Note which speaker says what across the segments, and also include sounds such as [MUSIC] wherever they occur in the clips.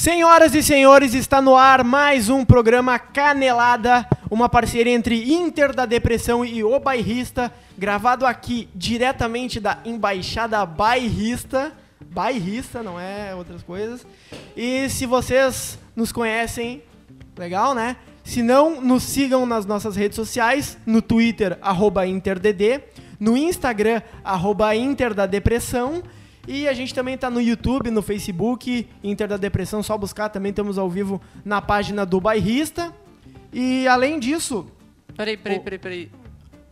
Speaker 1: Senhoras e senhores, está no ar mais um programa Canelada, uma parceria entre Inter da Depressão e O Bairrista, gravado aqui diretamente da Embaixada Bairrista. Bairrista, não é outras coisas. E se vocês nos conhecem, legal, né? Se não, nos sigam nas nossas redes sociais, no Twitter, arroba InterDD, no Instagram, arroba Inter da Depressão, e a gente também tá no YouTube, no Facebook, Inter da Depressão, só buscar, também estamos ao vivo na página do Bairrista. E além disso,
Speaker 2: Peraí, peraí, peraí, peraí.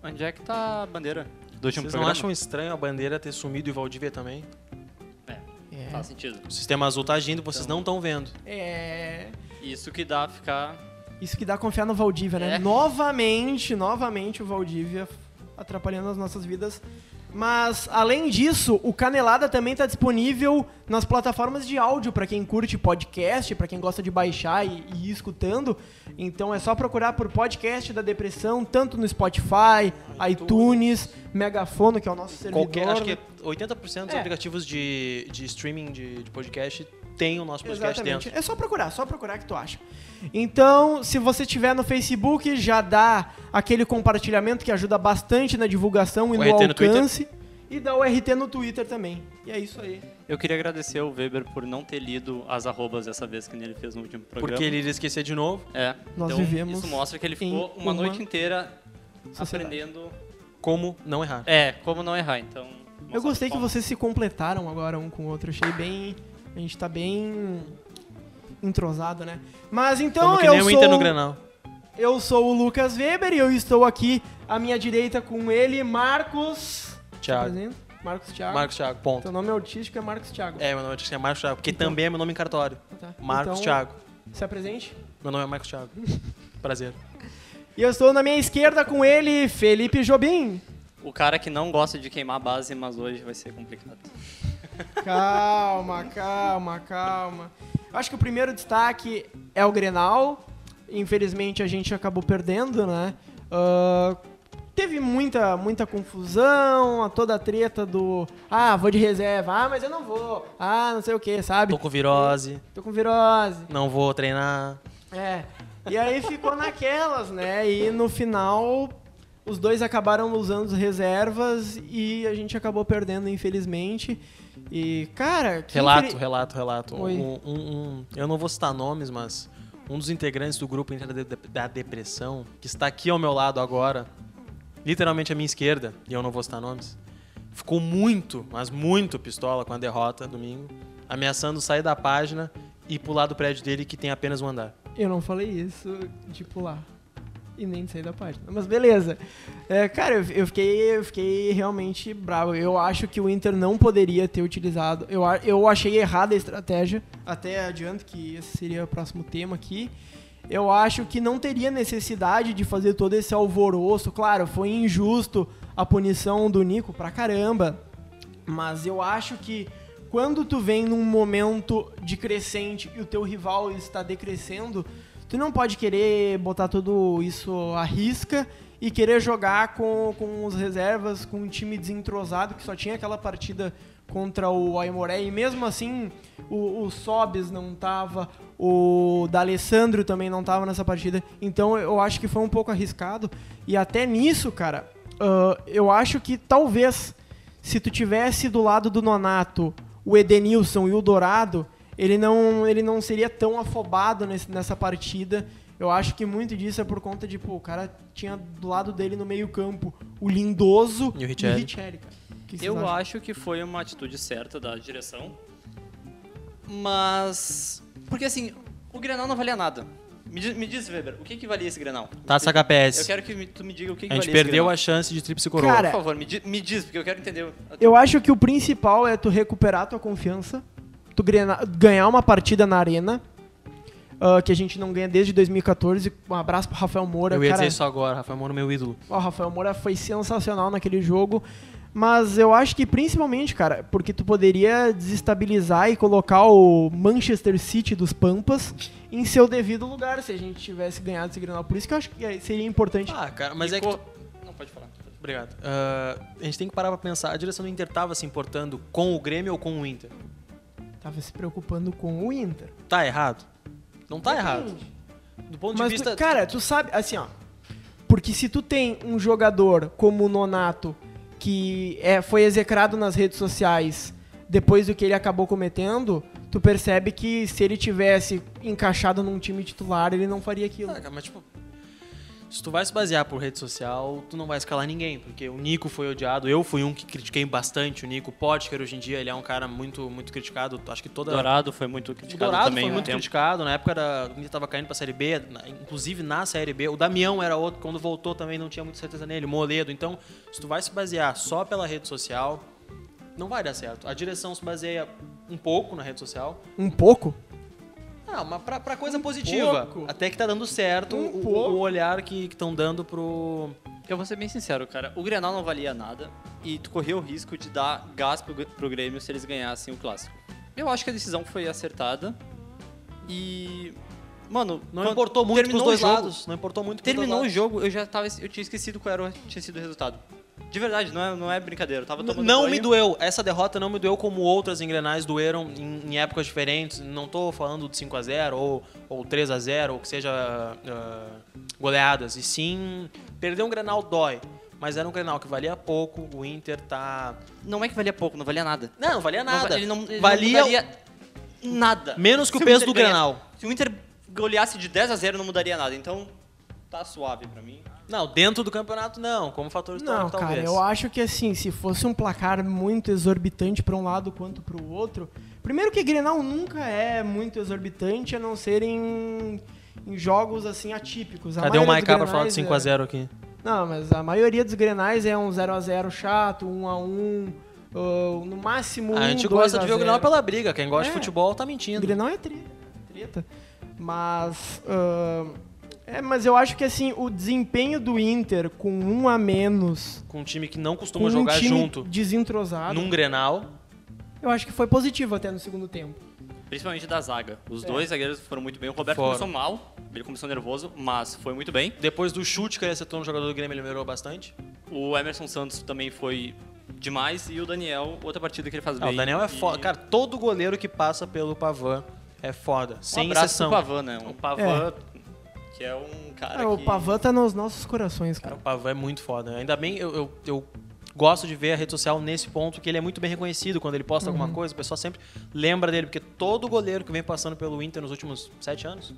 Speaker 2: Onde é que tá a bandeira do último
Speaker 3: Vocês não
Speaker 2: programa?
Speaker 3: acham estranho a bandeira ter sumido e o Valdivia também?
Speaker 2: É, faz sentido.
Speaker 3: O sistema azul tá agindo, vocês
Speaker 1: Então.
Speaker 3: não estão vendo.
Speaker 1: é
Speaker 2: Isso que dá ficar...
Speaker 1: isso que dá confiar no Valdívia, né?
Speaker 2: É.
Speaker 1: Novamente, novamente o Valdívia atrapalhando as nossas vidas. Mas além disso, o Canelada também está disponível nas plataformas de áudio para quem curte podcast, para quem gosta de baixar e, e ir escutando. Então é só procurar por podcast da depressão, tanto no Spotify, iTunes, Megafono, que é o nosso servidor.
Speaker 3: Qualquer, acho que 80% dos
Speaker 1: É.
Speaker 3: aplicativos de, de streaming de, de podcast tem o nosso podcast
Speaker 1: Exatamente.
Speaker 3: dentro.
Speaker 1: É só procurar, só procurar que tu acha. Então, se você tiver no Facebook, já dá aquele compartilhamento que ajuda bastante na divulgação e
Speaker 3: O
Speaker 1: no
Speaker 3: RT no
Speaker 1: alcance. e dá o RT no Twitter também. E é isso aí.
Speaker 2: Eu queria agradecer ao Weber por não ter lido as arrobas dessa vez que ele fez no último programa.
Speaker 3: Porque ele iria esquecer de novo,
Speaker 2: É.
Speaker 1: Nós
Speaker 2: então,
Speaker 1: vivemos
Speaker 2: Isso mostra que ele ficou
Speaker 1: em
Speaker 2: uma,
Speaker 1: uma
Speaker 2: noite inteira
Speaker 1: sociedade.
Speaker 2: aprendendo...
Speaker 3: como não errar.
Speaker 2: É, como não errar, então...
Speaker 1: Eu gostei que
Speaker 2: mostra
Speaker 1: vocês se completaram agora um com o outro. Achei bem. A gente tá bem. entrosado, né? Mas então
Speaker 3: Tamo que
Speaker 1: eu
Speaker 3: nem
Speaker 1: sou.
Speaker 3: o Inter no Granal.
Speaker 1: Eu sou o Lucas Weber e eu estou aqui à minha direita com ele, Marcos.
Speaker 3: Thiago.
Speaker 1: Apresenta. Marcos Thiago.
Speaker 3: Marcos Thiago, ponto.
Speaker 1: Teu nome artístico é Marcos Thiago.
Speaker 3: É, meu nome é Marcos Thiago, porque
Speaker 1: Então.
Speaker 3: também é meu nome em cartório.
Speaker 1: Tá.
Speaker 3: Marcos
Speaker 1: Então,
Speaker 3: Thiago.
Speaker 1: Se apresente.
Speaker 3: Meu nome é Marcos
Speaker 1: [LAUGHS]
Speaker 3: Thiago. Prazer.
Speaker 1: E eu estou na minha esquerda com ele, Felipe Jobim.
Speaker 2: O cara que não gosta de queimar a base, mas hoje vai ser complicado.
Speaker 1: Calma, calma, calma. Acho que o primeiro destaque é o Grenal. Infelizmente a gente acabou perdendo, né? Ah, teve muita, muita confusão, toda a treta do ah, vou de reserva, ah, mas eu não vou, ah, não sei o que, sabe?
Speaker 3: Tô com virose,
Speaker 1: Tô com virose.
Speaker 3: não vou treinar.
Speaker 1: É. E aí ficou naquelas, né? E no final os dois acabaram usando as reservas e a gente acabou perdendo, infelizmente. E, cara. que
Speaker 3: Relato,
Speaker 1: infeli-
Speaker 3: relato, relato.
Speaker 1: Oi.
Speaker 3: Um- um- um- eu não vou citar nomes, mas um dos integrantes do grupo Inter da Dep- da Depressão, que está aqui ao meu lado agora, literalmente à minha esquerda, e eu não vou citar nomes, ficou muito, mas muito pistola com a derrota domingo, ameaçando sair da página e pular do prédio dele que tem apenas um andar.
Speaker 1: Eu não falei isso de pular. E nem de sair da página. Mas beleza. É, cara, eu, eu fiquei, eu fiquei realmente bravo. Eu acho que o Inter não poderia ter utilizado. Eu, a- eu achei errada a estratégia. Até adianto que esse seria o próximo tema aqui. Eu acho que não teria necessidade de fazer todo esse alvoroço. Claro, foi injusto a punição do Nico pra caramba. Mas eu acho que quando tu vem num momento de crescente e o teu rival está decrescendo, tu não pode querer botar tudo isso à risca e querer jogar com, com os reservas, com um time desentrosado que só tinha aquela partida contra o Aimoré e mesmo assim o, o Sobes não tava, o D'Alessandro também não tava nessa partida, então eu acho que foi um pouco arriscado e até nisso, cara, ah, eu acho que talvez se tu tivesse do lado do Nonato o Edenilson e o Dourado, ele não, ele não seria tão afobado nesse- nessa partida. Eu acho que muito disso é por conta de, pô, o cara tinha do lado dele no meio-campo o Lindoso
Speaker 3: E o Richelli.
Speaker 1: cara. O que vocês
Speaker 2: Eu
Speaker 1: acham?
Speaker 2: acho que foi uma atitude certa da direção. Mas. Porque assim, o Grenal não valia nada. Me diz, me diz, Weber, o que, que valia esse Grenal?
Speaker 3: Tá, saca PS.
Speaker 2: Eu quero que me- tu me diga o que, né? que
Speaker 3: a gente
Speaker 2: valia esse
Speaker 3: perdeu
Speaker 2: Grenal.
Speaker 3: a chance de tríplice coroa.
Speaker 1: Cara,
Speaker 2: Por favor, me, di- me diz, porque eu quero entender. o-
Speaker 1: Eu acho que o principal é tu recuperar tua confiança, tu grena- ganhar uma partida na arena, ah, que a gente não ganha desde 2014. Um abraço pro Rafael Moura.
Speaker 3: eu ia
Speaker 1: cara,
Speaker 3: dizer isso agora, é Rafael Moro, meu ídolo.
Speaker 1: O Rafael Moura foi sensacional naquele jogo. Mas eu acho que principalmente, cara, porque tu poderia desestabilizar e colocar o Manchester City dos Pampas em seu devido lugar se a gente tivesse ganhado esse Grenal. Por isso que eu acho que seria importante.
Speaker 3: Ah, cara, mas é que
Speaker 2: Ficou-
Speaker 3: tu-
Speaker 2: Não, pode falar.
Speaker 3: Obrigado. Ah, a gente tem que parar pra pensar. A direção do Inter tava se importando com o Grêmio ou com o Inter?
Speaker 1: Tava se preocupando com o Inter.
Speaker 3: Tá errado. Não tá errado. Do ponto
Speaker 1: Mas,
Speaker 3: de
Speaker 1: tu-
Speaker 3: vista.
Speaker 1: cara, tu sabe, assim, ó. Porque se tu tem um jogador como o Nonato, que é, foi execrado nas redes sociais depois do que ele acabou cometendo, tu percebe que se ele tivesse encaixado num time titular, ele não faria aquilo.
Speaker 3: Ah, cara, mas tipo. Se tu vai se basear por rede social, tu não vai escalar ninguém, porque o Nico foi odiado, eu fui um que critiquei bastante o Nico Potker hoje em dia, ele é um cara muito muito criticado, acho que toda
Speaker 2: Dourado foi muito
Speaker 3: O
Speaker 2: criticado
Speaker 3: Dourado
Speaker 2: também
Speaker 3: foi
Speaker 2: um
Speaker 3: muito né?
Speaker 2: tempo.
Speaker 3: criticado, na época era, o Inter tava caindo pra Série B, na- inclusive na Série B. O Damião era outro, quando voltou também não tinha muita certeza nele, o Moledo. Então, se tu vai se basear só pela rede social, não vai dar certo. A direção se baseia um pouco na rede social.
Speaker 1: Um pouco?
Speaker 3: Ah, mas pra, pra
Speaker 2: Um
Speaker 3: coisa positiva.
Speaker 1: pouco.
Speaker 3: Até que tá dando certo
Speaker 1: Um
Speaker 3: o,
Speaker 1: pouco.
Speaker 3: o olhar que estão dando pro...
Speaker 2: Eu vou ser bem sincero, cara. O Grenal não valia nada e tu corria o risco de dar gás pro, pro Grêmio se eles ganhassem o Clássico. Eu acho que a decisão foi acertada e... Mano,
Speaker 3: Não
Speaker 2: quando
Speaker 3: importou muito pros
Speaker 2: terminou
Speaker 3: dois
Speaker 2: o jogo-
Speaker 3: lados. Não importou muito pros
Speaker 2: Terminou o
Speaker 3: dois
Speaker 2: jogo, eu já tava... Eu tinha esquecido qual era, o- tinha sido o resultado. De verdade, não é, não é brincadeira. Eu tava
Speaker 3: lados.
Speaker 2: tomando
Speaker 3: Não
Speaker 2: banho.
Speaker 3: me doeu. Essa derrota não me doeu como outras engrenais doeram em, em épocas diferentes. Não tô falando de 5x0 ou, ou 3x0, ou que seja ah, goleadas. E sim, perder um Grenal dói. Mas era um Grenal que valia pouco, o Inter tá...
Speaker 2: Não é que valia pouco, não valia nada.
Speaker 3: Não, não valia
Speaker 2: Não
Speaker 3: nada.
Speaker 2: va- ele não, ele
Speaker 3: valia
Speaker 2: não mudaria nada.
Speaker 3: menos que o
Speaker 2: Se
Speaker 3: peso
Speaker 2: Inter
Speaker 3: do
Speaker 2: ganha-
Speaker 3: Grenal.
Speaker 2: Se o Inter goleasse de 10 a 0 não mudaria nada. Então tá suave pra mim.
Speaker 3: Não, dentro do campeonato não, como fator
Speaker 1: Não,
Speaker 3: histórico
Speaker 1: cara,
Speaker 3: talvez.
Speaker 1: eu acho que assim, se fosse um placar muito exorbitante pra um lado quanto pro outro. Primeiro que Grenal nunca é muito exorbitante, a não ser em, em jogos assim atípicos. A
Speaker 3: Cadê o
Speaker 1: maioria dos
Speaker 3: Maiká pra falar do
Speaker 1: Grenais é-
Speaker 3: 5x0 aqui?
Speaker 1: Não, mas a maioria dos Grenais é um 0x0 chato, 1x1, uh, no máximo um,
Speaker 3: Ah, a gente
Speaker 1: 2
Speaker 3: gosta de ver o Grenal
Speaker 1: zero.
Speaker 3: pela briga. Quem gosta
Speaker 1: É.
Speaker 3: de futebol tá mentindo.
Speaker 1: Grenal é treta, treta. Mas. ah, é, mas eu acho que assim, o desempenho do Inter com um a menos.
Speaker 3: Com um time que não costuma
Speaker 1: Com um
Speaker 3: jogar
Speaker 1: time
Speaker 3: junto
Speaker 1: desentrosado.
Speaker 3: num Grenal.
Speaker 1: Eu acho que foi positivo até no segundo tempo.
Speaker 2: Principalmente da zaga. Os
Speaker 1: É.
Speaker 2: dois zagueiros foram muito bem. O Roberto
Speaker 3: Foram.
Speaker 2: começou mal, ele começou nervoso, mas foi muito bem.
Speaker 3: Depois do chute que ele acertou no um jogador do Grêmio, ele melhorou bastante.
Speaker 2: O Emerson Santos também foi demais. E o Daniel, outra partida que ele faz
Speaker 3: Ah,
Speaker 2: bem.
Speaker 3: o Daniel é
Speaker 2: E
Speaker 3: foda. Cara, todo goleiro que passa pelo Pavan é foda.
Speaker 2: um
Speaker 3: Sem
Speaker 2: abraço
Speaker 3: exceção. É.
Speaker 2: pro Pavan, né? O Pavan, que é um cara
Speaker 1: Ah, o
Speaker 2: que...
Speaker 1: Pavan tá nos nossos corações,
Speaker 3: Cara,
Speaker 1: cara.
Speaker 3: o Pavan é muito foda. Ainda bem, eu, eu, eu gosto de ver a rede social nesse ponto que ele é muito bem reconhecido. Quando ele posta alguma coisa, o pessoal sempre lembra dele. Porque todo goleiro que vem passando pelo Inter nos últimos sete anos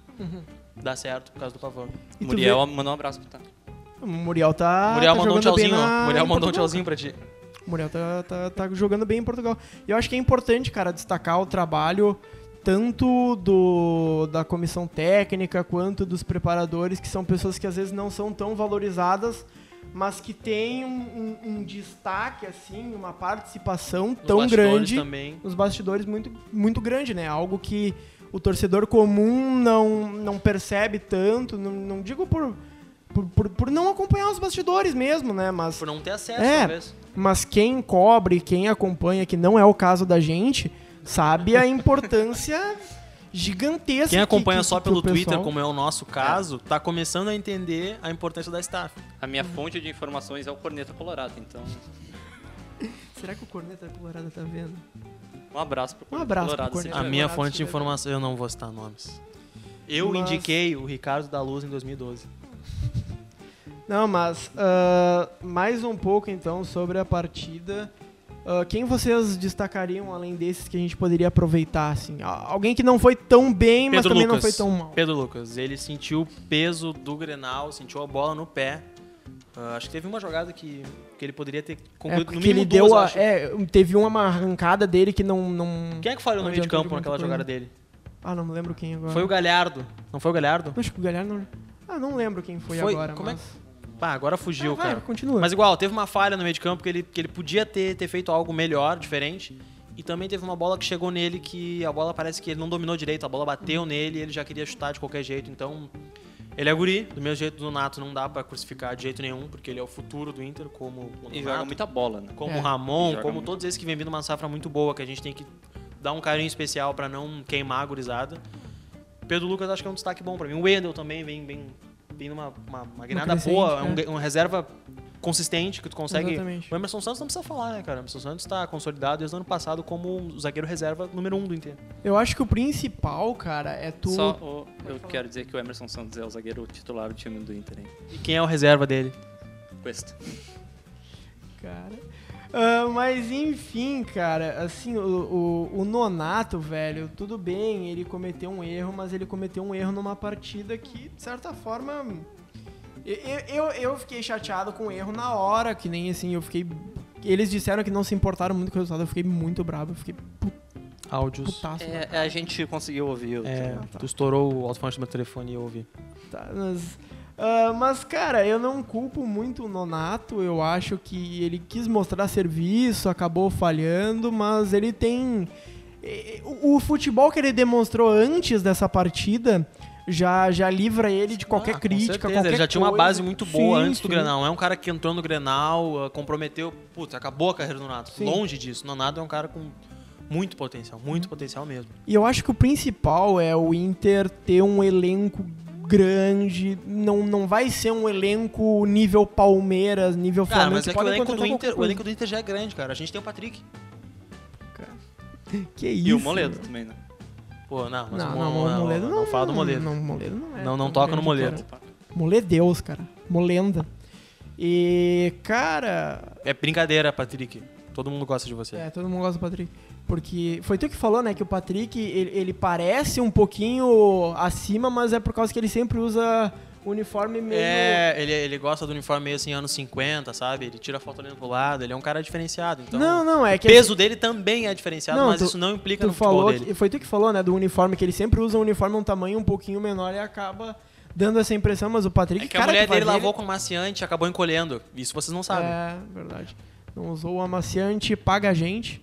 Speaker 3: dá certo por causa do Pavan.
Speaker 1: E tu
Speaker 2: Muriel mandou um abraço pra tá.
Speaker 1: vê- O Muriel tá.
Speaker 3: Muriel
Speaker 1: tá
Speaker 3: mandou um
Speaker 1: jogando bem
Speaker 3: tchauzinho,
Speaker 1: na-
Speaker 3: ó. Muriel
Speaker 1: em
Speaker 3: mandou um
Speaker 1: Portugal.
Speaker 3: tchauzinho pra ti.
Speaker 1: O Muriel tá, tá, tá jogando bem em Portugal. E eu acho que é importante, cara, destacar o trabalho tanto do da comissão técnica quanto dos preparadores, que são pessoas que às vezes não são tão valorizadas, mas que têm um, um- um destaque, assim, uma participação
Speaker 3: Nos
Speaker 1: tão
Speaker 3: bastidores
Speaker 1: grande
Speaker 3: também.
Speaker 1: nos bastidores muito, muito grande, né? Algo que o torcedor comum não, não percebe tanto, não, não digo por, por, por, por não acompanhar os bastidores mesmo, né? Mas
Speaker 3: Por não ter acesso,
Speaker 1: É.
Speaker 3: talvez.
Speaker 1: mas quem cobre, quem acompanha, que não é o caso da gente, sabe a importância gigantesca.
Speaker 3: Quem
Speaker 1: que-
Speaker 3: acompanha
Speaker 1: que-
Speaker 3: só
Speaker 1: que
Speaker 3: pelo
Speaker 1: o pessoal-
Speaker 3: Twitter, como é o nosso caso, tá começando a entender a importância da staff.
Speaker 2: A minha fonte de informações é o Corneta Colorado, então...
Speaker 1: Será que o Corneta Colorado tá vendo?
Speaker 2: Um abraço pro
Speaker 1: Um abraço pro
Speaker 2: Colorado.
Speaker 1: Corneta.
Speaker 2: se tiver.
Speaker 3: A
Speaker 1: Eduardo
Speaker 3: minha fonte de
Speaker 1: Silveira.
Speaker 3: informação, eu não vou citar nomes. Eu
Speaker 1: Mas-
Speaker 3: indiquei o Ricardo da Luz em 2012.
Speaker 1: Não, mas ah, mais um pouco então sobre a partida. Ah, quem vocês destacariam além desses que a gente poderia aproveitar? Assim? Ah, Alguém que não foi tão bem, mas também não foi tão mal.
Speaker 3: Pedro Lucas, ele sentiu o peso do Grenal, sentiu a bola no pé. Ah, acho que teve uma jogada que, que ele poderia ter
Speaker 1: É,
Speaker 3: concluído no
Speaker 1: porque
Speaker 3: mínimo
Speaker 1: ele
Speaker 3: duas,
Speaker 1: deu
Speaker 3: eu
Speaker 1: a,
Speaker 3: acho.
Speaker 1: é, teve uma arrancada dele que não. não...
Speaker 3: Quem é que falhou no
Speaker 1: Não
Speaker 3: meio de
Speaker 1: adiantou
Speaker 3: campo
Speaker 1: de muita
Speaker 3: naquela
Speaker 1: coisa.
Speaker 3: jogada dele?
Speaker 1: Ah, não lembro quem agora.
Speaker 3: Foi o Galhardo. Não foi o Galhardo?
Speaker 1: Acho que o Galhardo não. Ah, não lembro quem foi,
Speaker 3: Foi-
Speaker 1: agora.
Speaker 3: como é
Speaker 1: mas...
Speaker 3: Pá, agora
Speaker 1: Ah,
Speaker 3: fugiu,
Speaker 1: vai,
Speaker 3: cara.
Speaker 1: Continua.
Speaker 3: Mas igual, teve uma falha no meio de campo que ele, que ele podia ter, ter feito algo melhor, diferente. E também teve uma bola que chegou nele que a bola parece que ele não dominou direito, a bola bateu nele e ele já queria chutar de qualquer jeito. Então, ele é guri, do mesmo jeito do Nato, não dá pra crucificar de jeito nenhum, porque ele é o futuro do Inter, como o
Speaker 2: E
Speaker 3: Nonato,
Speaker 2: joga muita bola, né?
Speaker 3: como
Speaker 1: É.
Speaker 3: o Ramon,
Speaker 2: Joga
Speaker 3: como
Speaker 2: muito.
Speaker 3: todos esses que vêm vindo uma safra muito boa, que a gente tem que dar um carinho especial pra não queimar a gurizada. Pedro Lucas acho que é um destaque bom pra mim. O Wendel também vem, vem, vem numa uma, uma guinada
Speaker 1: crescente,
Speaker 3: boa, é um,
Speaker 1: né?
Speaker 3: um reserva consistente, que tu consegue.
Speaker 1: Exatamente.
Speaker 3: O Emerson Santos não precisa falar, né, cara? O Emerson Santos tá consolidado desde o ano passado como um zagueiro reserva número um do Inter.
Speaker 1: Eu acho que o principal, cara, é tu.
Speaker 2: Só o- eu quero dizer que o Emerson Santos é o zagueiro titular do time do Inter, hein?
Speaker 3: E quem é o reserva dele?
Speaker 2: Cuesta.
Speaker 1: Cara. Ah, mas enfim, cara, assim, o, o, o Nonato, velho, tudo bem, ele cometeu um erro, mas ele cometeu um erro numa partida que, de certa forma. Eu, eu, eu fiquei chateado com o erro na hora, que nem assim, eu fiquei. Eles disseram que não se importaram muito com o resultado, eu fiquei muito bravo, eu fiquei pu-
Speaker 3: Áudios.
Speaker 1: putaço. né?
Speaker 2: É, é, a gente conseguiu ouvir. o-
Speaker 3: É,
Speaker 1: Ah, tá.
Speaker 3: tu estourou o alto-falante do meu telefone e eu ouvi.
Speaker 1: Tá, mas, ah, mas, cara, eu não culpo muito o Nonato. Eu acho que ele quis mostrar serviço, acabou falhando, mas ele tem. eh, O, o futebol que ele demonstrou antes dessa partida já, já livra ele de qualquer
Speaker 3: Ah, com
Speaker 1: crítica.
Speaker 3: certeza,
Speaker 1: qualquer
Speaker 3: ele já tinha uma
Speaker 1: coisa.
Speaker 3: base muito boa
Speaker 1: Sim,
Speaker 3: antes do
Speaker 1: sim.
Speaker 3: Grenal. Não é um cara que entrou no Grenal, ah, comprometeu, putz, acabou a carreira do Nato.
Speaker 1: Sim.
Speaker 3: Longe disso. Nonato é um cara com muito potencial, muito potencial mesmo.
Speaker 1: E eu acho que o principal é o Inter ter um elenco grande. Não, não vai ser um elenco nível Palmeiras, nível
Speaker 3: Cara,
Speaker 1: Flamengo.
Speaker 3: mas
Speaker 1: que
Speaker 3: é que o
Speaker 1: podem
Speaker 3: elenco, do
Speaker 1: contratar qualquer
Speaker 3: Inter, o
Speaker 1: coisa.
Speaker 3: elenco do Inter já é grande, cara. A gente tem o Patrick.
Speaker 1: Que isso?
Speaker 2: E o Moledo também, né?
Speaker 3: Pô, não, mas
Speaker 1: Não,
Speaker 3: o
Speaker 1: não, o Moledo não.
Speaker 3: não, fala do Moledo.
Speaker 1: Não, Moledo não é.
Speaker 3: Não, não
Speaker 1: tão
Speaker 3: toca no
Speaker 1: grande,
Speaker 3: Moledo.
Speaker 1: cara. Moledeus, é cara. Molenda. E, cara.
Speaker 3: É brincadeira, Patrick. Todo mundo gosta de você.
Speaker 1: É, todo mundo gosta do Patrick. Porque foi tu que falou, né, que o Patrick, ele, ele parece um pouquinho acima, mas é por causa que ele sempre usa uniforme meio.
Speaker 3: É, ele, ele gosta do uniforme meio assim, anos 50, sabe? Ele tira a foto olhando pro lado, ele é um cara diferenciado. Então,
Speaker 1: não, não, é
Speaker 3: o
Speaker 1: que.
Speaker 3: peso dele também é diferenciado,
Speaker 1: Não,
Speaker 3: mas
Speaker 1: tu-
Speaker 3: isso não implica
Speaker 1: tu
Speaker 3: no futebol
Speaker 1: falou
Speaker 3: dele.
Speaker 1: que- foi tu que falou, né, do uniforme, que ele sempre usa um uniforme um tamanho um pouquinho menor e acaba dando essa impressão, mas o Patrick.
Speaker 3: É que a
Speaker 1: cara,
Speaker 3: mulher
Speaker 1: tu vai
Speaker 3: dele
Speaker 1: ver,
Speaker 3: lavou com maciante e acabou encolhendo. Isso vocês não sabem.
Speaker 1: É, verdade. Não usou o amaciante Paga a Gente,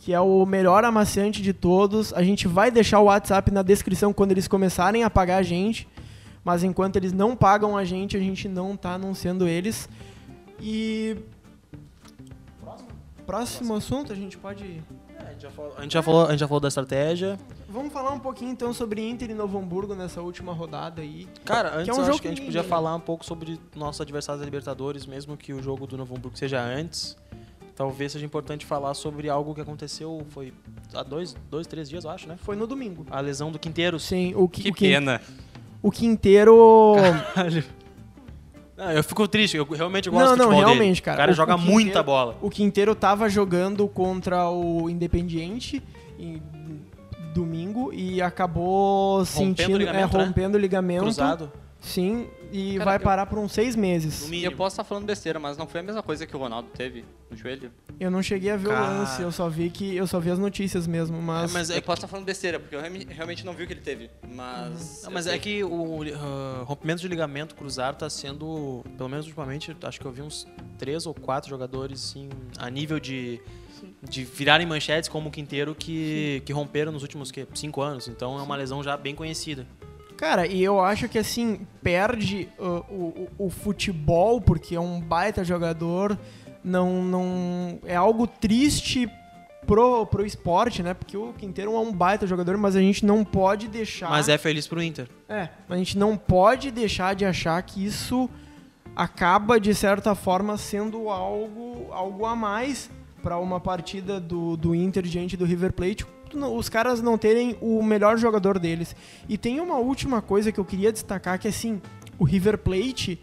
Speaker 1: que é o melhor amaciante de todos. A gente vai deixar o WhatsApp na descrição quando eles começarem a pagar a gente. Mas enquanto eles não pagam a gente, a gente não tá anunciando eles. E. Próximo assunto, a gente pode.
Speaker 3: a, gente já falou, a, gente já falou, da estratégia.
Speaker 1: Vamos falar um pouquinho então sobre Inter e Novo Hamburgo nessa última rodada aí.
Speaker 3: Cara,
Speaker 1: Que
Speaker 3: antes
Speaker 1: é um
Speaker 3: eu
Speaker 1: jogo
Speaker 3: acho que a gente
Speaker 1: que
Speaker 3: podia
Speaker 1: ninguém-
Speaker 3: falar um pouco sobre nossos adversários da Libertadores, mesmo que o jogo do Novo Hamburgo seja antes. Talvez seja importante falar sobre algo que aconteceu, foi há dois, dois três dias, eu acho, né?
Speaker 1: Foi no domingo.
Speaker 3: A lesão do Quinteiro.
Speaker 1: Sim, o que, o que-
Speaker 2: pena.
Speaker 1: o Quinteiro. [LAUGHS]
Speaker 3: Não, Ah, eu fico triste, eu realmente gosto
Speaker 1: Não,
Speaker 3: do
Speaker 1: não,
Speaker 3: futebol dele.
Speaker 1: realmente, cara.
Speaker 3: O cara
Speaker 1: O-
Speaker 3: joga
Speaker 1: o Quinteiro-
Speaker 3: muita bola.
Speaker 1: O Quinteiro tava jogando contra o Independiente em domingo e acabou sentindo,
Speaker 3: o ligamento,
Speaker 1: é,
Speaker 3: né?
Speaker 1: rompendo o ligamento.
Speaker 3: Cruzado.
Speaker 1: Sim, e
Speaker 2: Cara,
Speaker 1: vai
Speaker 2: eu-
Speaker 1: parar por uns seis
Speaker 3: No
Speaker 1: meses.
Speaker 3: mínimo.
Speaker 2: Eu posso estar falando besteira, mas não foi a mesma coisa que o Ronaldo teve no joelho?
Speaker 1: Eu não cheguei a ver
Speaker 3: Cara.
Speaker 1: o lance, eu só vi que eu só vi as notícias mesmo, mas,
Speaker 3: É, mas é
Speaker 2: eu posso estar falando besteira, porque eu realme- realmente não vi o que ele teve. Mas.
Speaker 3: Não, mas
Speaker 2: eu sei.
Speaker 3: é que o ah, rompimento de ligamento cruzado tá sendo, pelo menos ultimamente, acho que eu vi uns três ou quatro jogadores assim, a nível de, de virarem manchetes como o Quinteiro que, que romperam nos últimos que, cinco anos. Então é uma lesão já bem conhecida.
Speaker 1: cara, e eu acho que assim perde uh, o, o, o futebol porque é um baita jogador, não não é algo triste pro, pro esporte, né? Porque o Quinteiro é um baita jogador, mas a gente não pode deixar
Speaker 3: Mas é feliz pro Inter.
Speaker 1: É, a gente não pode deixar de achar que isso acaba, de certa forma, sendo algo, algo a mais para uma partida do, do Inter diante do River Plate. tu não- Os caras não terem o melhor jogador deles. E tem uma última coisa que eu queria destacar, que assim, o River Plate,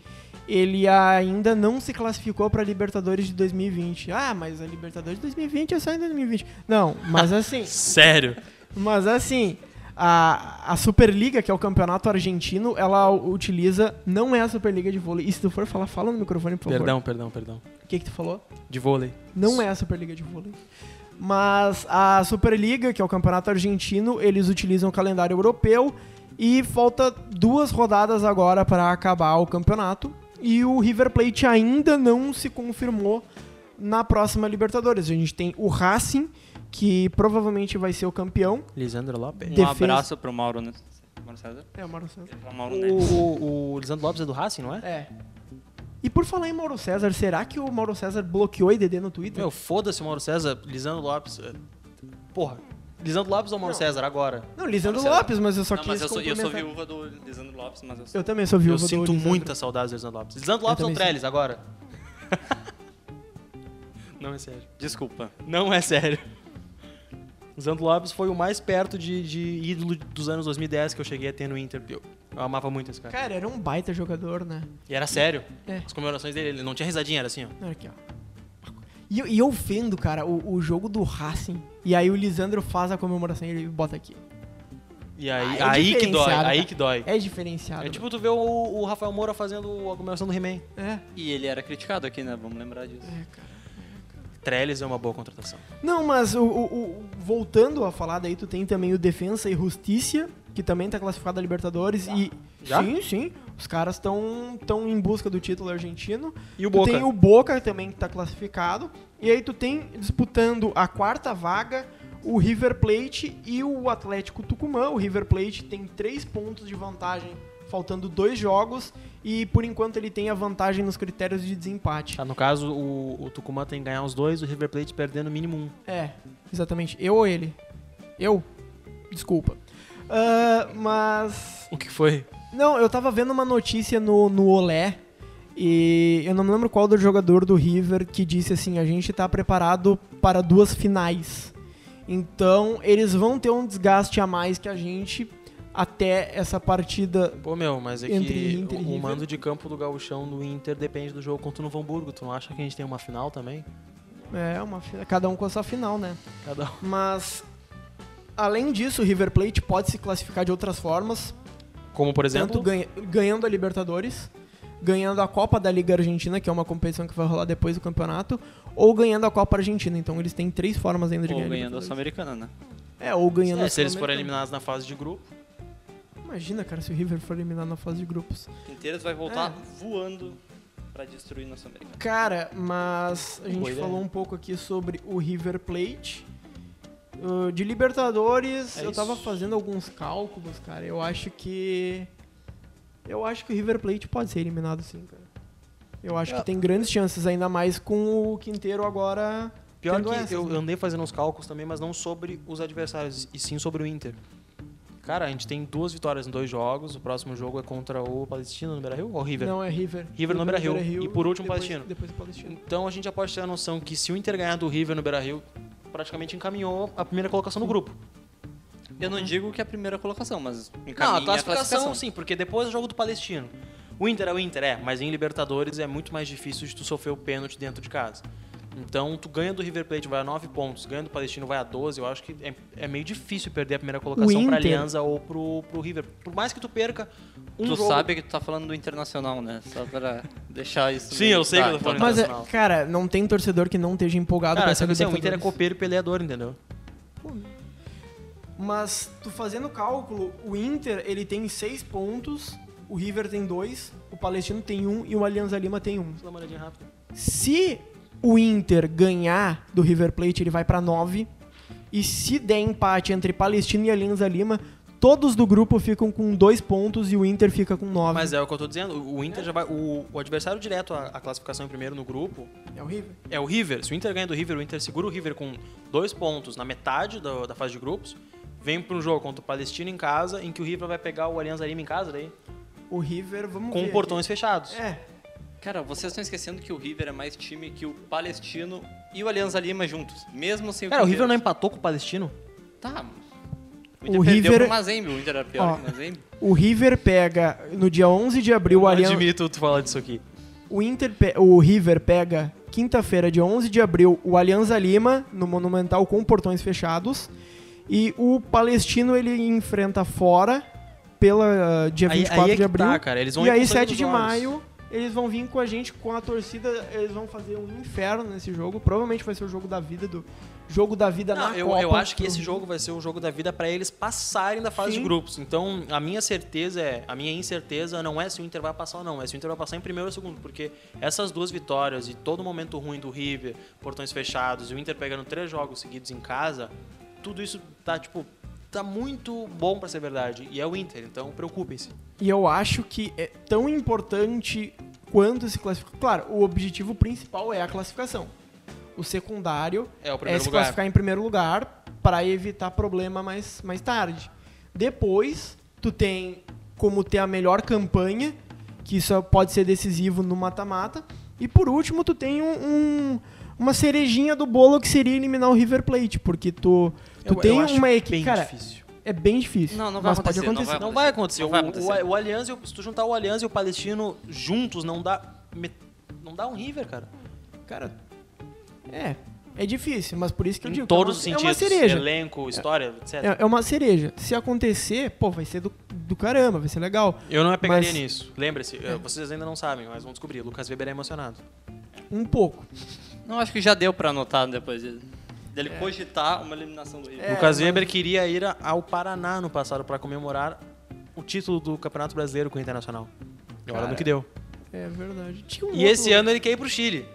Speaker 1: ele ainda não se classificou para Libertadores de 2020. Ah, mas a Libertadores de 2020 é só em 2020. Não, mas assim...
Speaker 3: Sério.
Speaker 1: Mas assim, a, a Superliga, que é o campeonato argentino, ela u- utiliza. Não é a Superliga de vôlei. E se tu for falar, fala no microfone, por favor.
Speaker 3: perdão, perdão, perdão.
Speaker 1: O que, que tu falou?
Speaker 3: De vôlei.
Speaker 1: Não é a Superliga de vôlei. Mas a Superliga, que é o campeonato argentino, eles utilizam o calendário europeu. E falta duas rodadas agora para acabar o campeonato. E o River Plate ainda não se confirmou na próxima Libertadores. A gente tem o Racing, que provavelmente vai ser o campeão.
Speaker 3: Lisandro Lopes.
Speaker 2: Um
Speaker 1: defesa-
Speaker 2: abraço pro Mauro, né? Mauro César?
Speaker 1: É, o Mauro César.
Speaker 2: Pro Mauro
Speaker 3: O,
Speaker 2: Neves.
Speaker 3: o- o Lisandro Lopes é do Racing, não é?
Speaker 1: É. E por falar em Mauro César, será que o Mauro César bloqueou IDD no Twitter?
Speaker 3: Meu, foda-se o Mauro César. Lisandro Lopes. eh, Porra. Lisandro Lopes ou Mauro
Speaker 1: Não.
Speaker 3: César agora?
Speaker 1: Não, Lisandro
Speaker 2: Mauro César.
Speaker 1: Lopes, mas eu só
Speaker 2: não,
Speaker 1: quis
Speaker 2: mas eu sou, eu sou
Speaker 1: complementar.
Speaker 2: viúva do Lisandro Lopes, mas eu sou.
Speaker 1: Eu também sou viúva
Speaker 3: eu
Speaker 1: do
Speaker 3: sinto
Speaker 1: Lisandro.
Speaker 3: muita saudade do Lisandro Lopes. Lisandro
Speaker 1: Eu
Speaker 3: Lopes ou
Speaker 1: também
Speaker 3: Trellis agora? Não é sério.
Speaker 2: Desculpa.
Speaker 3: Não é sério. O Zando Lopes foi o mais perto de, de ídolo dos anos 2010 que eu cheguei a ter no Inter. Eu, eu amava muito esse cara.
Speaker 1: Cara, era um baita jogador, né?
Speaker 3: E era sério.
Speaker 1: É.
Speaker 3: As comemorações dele, ele não tinha risadinha, era assim, ó.
Speaker 1: Olha aqui, ó. E, eu- e eu vendo, cara, o, o jogo do Racing. E aí o Lisandro faz a comemoração e ele bota aqui.
Speaker 3: E aí,
Speaker 1: Ah, é
Speaker 3: aí que dói,
Speaker 1: diferenciado,
Speaker 3: aí
Speaker 1: cara.
Speaker 3: que dói.
Speaker 1: É diferenciado.
Speaker 3: É tipo tu vê o, o Rafael Moura fazendo a comemoração do He-Man.
Speaker 1: mano. É,
Speaker 2: E ele era criticado aqui, né? Vamos lembrar disso.
Speaker 1: é, cara.
Speaker 3: Trellis é uma boa contratação.
Speaker 1: Não, mas o, o- o- voltando a falar daí, tu tem também o Defensa e Justiça, que também tá classificado a Libertadores. E.
Speaker 3: Já?
Speaker 1: Sim, sim. Os caras estão tão em busca do título argentino.
Speaker 3: E o
Speaker 1: Tu
Speaker 3: Boca?
Speaker 1: tem o Boca também que tá classificado. E aí tu tem disputando a quarta vaga o River Plate e o Atlético Tucumã. O River Plate tem três pontos de vantagem, faltando dois jogos. E por enquanto ele tem a vantagem nos critérios de desempate.
Speaker 3: Tá, no caso, o, o Tucumã tem que ganhar os dois, o River Plate perdendo no mínimo um.
Speaker 1: É, exatamente. Eu ou ele? Eu? Desculpa. Ah, mas.
Speaker 3: O que foi?
Speaker 1: Não, eu tava vendo uma notícia no, no Olé e eu não me lembro qual do jogador do River que disse assim: a gente tá preparado para duas finais. Então eles vão ter um desgaste a mais que a gente até essa partida.
Speaker 3: Pô, meu, mas é
Speaker 1: Entre
Speaker 3: que
Speaker 1: Inter e
Speaker 3: o- o
Speaker 1: River.
Speaker 3: mando de campo do gauchão do Inter depende do jogo contra o Novo Hamburgo. Tu não acha que a gente tem uma final também?
Speaker 1: É, uma, fi- cada um com a sua final, né?
Speaker 3: Cada um.
Speaker 1: Mas além disso, o River Plate pode se classificar de outras formas,
Speaker 3: Como, por
Speaker 1: tanto
Speaker 3: exemplo,
Speaker 1: ganha- ganhando a Libertadores, ganhando a Copa da Liga Argentina, que é uma competição que vai rolar depois do campeonato, ou ganhando a Copa Argentina. Então eles têm três formas ainda de
Speaker 2: Ou
Speaker 1: ganhar. a
Speaker 2: ganhando a
Speaker 1: Libertadores.
Speaker 2: Sul-Americana, né?
Speaker 1: É, ou ganhando
Speaker 3: é,
Speaker 1: a
Speaker 3: se eles forem
Speaker 1: Sul-Americana.
Speaker 3: eliminados na fase de grupo,
Speaker 1: Imagina, cara, se o River for eliminado na fase de grupos.
Speaker 2: Inteiros vai voltar
Speaker 1: É.
Speaker 2: voando pra destruir nossa América.
Speaker 1: Cara, mas a gente
Speaker 3: Boa ideia.
Speaker 1: falou um pouco aqui sobre o River Plate. Uh, de Libertadores,
Speaker 3: É
Speaker 1: eu tava
Speaker 3: isso.
Speaker 1: fazendo alguns cálculos, cara. Eu acho que. Eu acho que o River Plate pode ser eliminado sim, cara. Eu acho
Speaker 3: Ah.
Speaker 1: que tem grandes chances, ainda mais com o Quinteiro agora.
Speaker 3: Pior
Speaker 1: tendo
Speaker 3: que
Speaker 1: essas,
Speaker 3: eu
Speaker 1: né?
Speaker 3: andei fazendo uns cálculos também, mas não sobre os adversários, e sim sobre o Inter. Cara, a gente tem duas vitórias em dois jogos. O próximo jogo é contra o Palestino no Beira-Rio ou o River?
Speaker 1: Não, é River.
Speaker 3: River no Beira-Rio. E por último,
Speaker 1: depois,
Speaker 3: Palestino.
Speaker 1: Depois o Palestino.
Speaker 3: Então a gente já pode ter a noção que se o Inter ganhar do River no Beira-Rio, praticamente encaminhou a primeira colocação do grupo.
Speaker 2: Eu não digo que é a primeira colocação, mas
Speaker 3: Não,
Speaker 2: encaminha
Speaker 3: a classificação
Speaker 2: a
Speaker 3: sim, porque depois é o jogo do Palestino. O Inter é o Inter, é, mas em Libertadores é muito mais difícil de tu sofrer o pênalti dentro de casa. Então, tu ganha do River Plate, vai a 9 pontos, ganha do Palestino, vai a 12. Eu acho que é, é meio difícil perder a primeira colocação pra
Speaker 1: Inter-
Speaker 3: Alianza ou pro, pro River. Por mais que tu perca um
Speaker 2: tu
Speaker 3: jogo...
Speaker 2: sabe que tu tá falando do Internacional, né? Só pra [LAUGHS] deixar isso...
Speaker 3: Sim,
Speaker 2: meio-
Speaker 3: eu sei que eu tô
Speaker 2: então
Speaker 3: falando
Speaker 2: tá.
Speaker 1: Mas, é,
Speaker 3: Internacional.
Speaker 1: cara, não tem torcedor que não esteja empolgado com
Speaker 3: Cara,
Speaker 1: essa
Speaker 3: essa questão, o Inter é
Speaker 1: Libertadores.
Speaker 3: copeiro e peleador, entendeu?
Speaker 1: Mas tu fazendo o cálculo, o Inter ele tem seis pontos, o River tem dois, o Palestino tem um e o Alianza Lima tem um.
Speaker 3: Só dá uma olhadinha rápida.
Speaker 1: Se o Inter ganhar do River Plate, ele vai pra nove. E se der empate entre Palestino e Alianza Lima, todos do grupo ficam com dois pontos e o Inter fica com nove.
Speaker 3: Mas é o que eu tô dizendo, o o Inter já vai... O, o adversário direto à, à classificação em primeiro no grupo
Speaker 1: é o River.
Speaker 3: é o River. Se o Inter ganha do River, o Inter segura o River com dois pontos na metade da, da fase de grupos. Vem para um jogo contra o Palestino em casa, em que o River vai pegar o Alianza Lima em casa daí,
Speaker 1: O River, vamos ver.
Speaker 3: com
Speaker 1: aqui.
Speaker 3: portões fechados.
Speaker 1: É,
Speaker 2: Cara, vocês estão esquecendo que o River é mais time que o Palestino e o Alianza Lima juntos. Mesmo sem
Speaker 3: Cara, o River
Speaker 2: Quinteiro.
Speaker 3: não é- empatou com o Palestino?
Speaker 2: Tá. O
Speaker 1: O
Speaker 2: Inter perdeu
Speaker 1: River-
Speaker 2: pro Mazembe. O Inter era pior
Speaker 1: Ó.
Speaker 2: que o Mazembe.
Speaker 1: o River pega no dia 11 de abril o Alianza
Speaker 3: admito tu falar disso aqui.
Speaker 1: O, Inter pe- o River pega quinta-feira, dia 11 de abril, o Alianza Lima, no Monumental, com portões fechados. E o Palestino ele enfrenta fora, pela ah, dia
Speaker 3: Aí- aí
Speaker 1: 24
Speaker 3: é que
Speaker 1: de abril.
Speaker 3: tá, cara, eles vão
Speaker 1: e
Speaker 3: ir com
Speaker 1: aí,
Speaker 3: sangue
Speaker 1: 7
Speaker 3: nos
Speaker 1: de
Speaker 3: olhos.
Speaker 1: maio, eles vão vir com a gente, com a torcida, eles vão fazer um inferno nesse jogo. Provavelmente vai ser o jogo da vida do. Jogo da vida
Speaker 3: Não,
Speaker 1: na
Speaker 3: eu,
Speaker 1: Copa.
Speaker 3: eu acho que esse jogo vai ser o jogo da vida para eles passarem da fase
Speaker 1: Sim.
Speaker 3: de grupos. Então, a minha certeza é, a minha incerteza não é se o Inter vai passar ou não, é se o Inter vai passar em primeiro ou segundo, porque essas duas vitórias e todo momento ruim do River, portões fechados, e o Inter pegando três jogos seguidos em casa, tudo isso tá tipo tá muito bom para ser verdade e é o Inter, então preocupem-se.
Speaker 1: E eu acho que é tão importante quanto se classificar. Claro, o objetivo principal é a classificação. O secundário
Speaker 3: É o
Speaker 1: é
Speaker 3: primeiro
Speaker 1: se
Speaker 3: lugar.
Speaker 1: classificar em primeiro lugar para evitar problema mais, mais tarde. Depois, tu tem como ter a melhor campanha, que isso pode ser decisivo no mata-mata. E por último, tu tem um, um- uma cerejinha do bolo que seria eliminar o River Plate, porque tu, tu
Speaker 3: Eu- eu
Speaker 1: tem
Speaker 3: acho
Speaker 1: uma equipe.
Speaker 3: bem
Speaker 1: Cara,
Speaker 3: difícil.
Speaker 1: é bem difícil.
Speaker 2: Não, não vai
Speaker 1: mas pode
Speaker 2: acontecer, não
Speaker 1: acontecer.
Speaker 3: Não vai acontecer.
Speaker 2: Não vai
Speaker 3: O-
Speaker 2: acontecer.
Speaker 3: O, o Aliança, e o- se tu juntar o Aliança e o Palestino juntos, não dá. me- Não dá um River, cara.
Speaker 1: Cara, é. É difícil, mas por isso que eu
Speaker 3: em
Speaker 1: digo. que
Speaker 3: todos os
Speaker 1: é uma,
Speaker 3: sentidos.
Speaker 1: É uma cereja.
Speaker 3: Elenco, história, etc.
Speaker 1: É, é uma cereja. Se acontecer, pô, vai ser do, do caramba, vai ser legal.
Speaker 3: Eu não me pegaria
Speaker 1: Mas- É.
Speaker 3: nisso. Lembre-se, eh, vocês ainda não sabem, mas vão descobrir. Lucas Weber é emocionado.
Speaker 1: Um pouco.
Speaker 2: Não, acho que já deu pra anotar depois de- dele
Speaker 3: É.
Speaker 2: cogitar uma eliminação do River.
Speaker 1: É,
Speaker 3: Lucas Weber queria ir a- ao Paraná no passado para comemorar o título do Campeonato Brasileiro com o Internacional. E olha
Speaker 1: Cara,
Speaker 3: no que deu.
Speaker 1: É verdade. Tinha um
Speaker 3: E
Speaker 1: outro-
Speaker 3: esse ano ele quer ir pro Chile.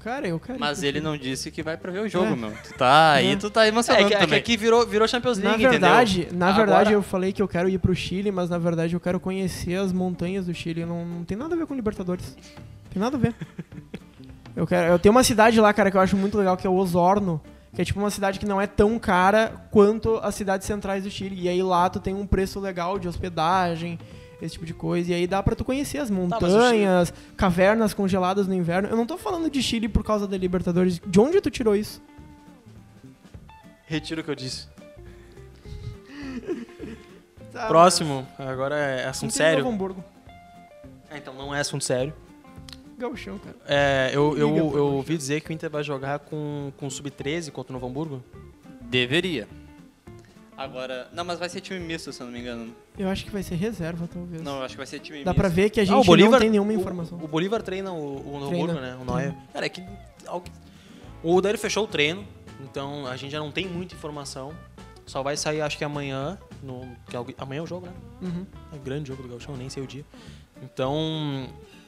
Speaker 1: Cara, eu quero.
Speaker 2: Mas
Speaker 1: ir pro
Speaker 2: ele não disse que vai pra ver o jogo,
Speaker 1: É.
Speaker 2: meu. Tu tá
Speaker 1: É.
Speaker 2: aí, tu tá
Speaker 3: É
Speaker 2: emocionado
Speaker 3: que, é que
Speaker 2: também.
Speaker 3: aqui virou, virou Champions
Speaker 1: Na
Speaker 3: League,
Speaker 1: verdade,
Speaker 3: entendeu?
Speaker 1: na verdade
Speaker 3: Agora-
Speaker 1: eu falei que eu quero ir pro Chile, mas na verdade eu quero conhecer as montanhas do Chile. Não, não tem nada a ver com Libertadores. Tem nada a
Speaker 3: [LAUGHS]
Speaker 1: ver. eu quero, eu tenho uma cidade lá, cara, que eu acho muito legal, que é o Osorno, que é tipo uma cidade que não é tão cara quanto as cidades centrais do Chile. E aí lá tu tem um preço legal de hospedagem, esse tipo de coisa. E aí dá pra tu conhecer as
Speaker 3: Tá, mas o Chile-
Speaker 1: montanhas, cavernas congeladas no inverno. Eu não tô falando de Chile por causa da Libertadores. De onde tu tirou isso?
Speaker 3: Retiro o que eu disse. Próximo, agora é assunto sério.
Speaker 1: Hamburgo.
Speaker 3: É, então não é assunto sério.
Speaker 1: Gauchão, cara.
Speaker 3: É, eu, eu,
Speaker 1: Liga pro
Speaker 3: eu ouvi dizer que o Inter vai jogar com, com o Sub-13 contra o Novo Hamburgo.
Speaker 2: Deveria. Agora. Não, mas vai ser time misto, se eu não me engano.
Speaker 1: Eu acho que vai ser reserva, talvez.
Speaker 2: Não, eu acho que vai ser time
Speaker 1: Dá
Speaker 2: misto.
Speaker 1: pra ver que a gente
Speaker 3: Ah, o Bolívar,
Speaker 1: não tem nenhuma
Speaker 3: o-
Speaker 1: informação.
Speaker 3: O, Bolívar treina o, o
Speaker 1: Treina.
Speaker 3: Novo
Speaker 1: Uhum.
Speaker 3: Hamburgo, né? O Noia. Cara, é que. algu- O Odair fechou o treino, então a gente já não tem muita informação. Só vai sair, acho que amanhã. No, que algu- amanhã é o jogo, né?
Speaker 1: Uhum.
Speaker 3: É o grande jogo do Gauchão, nem sei o dia. Então,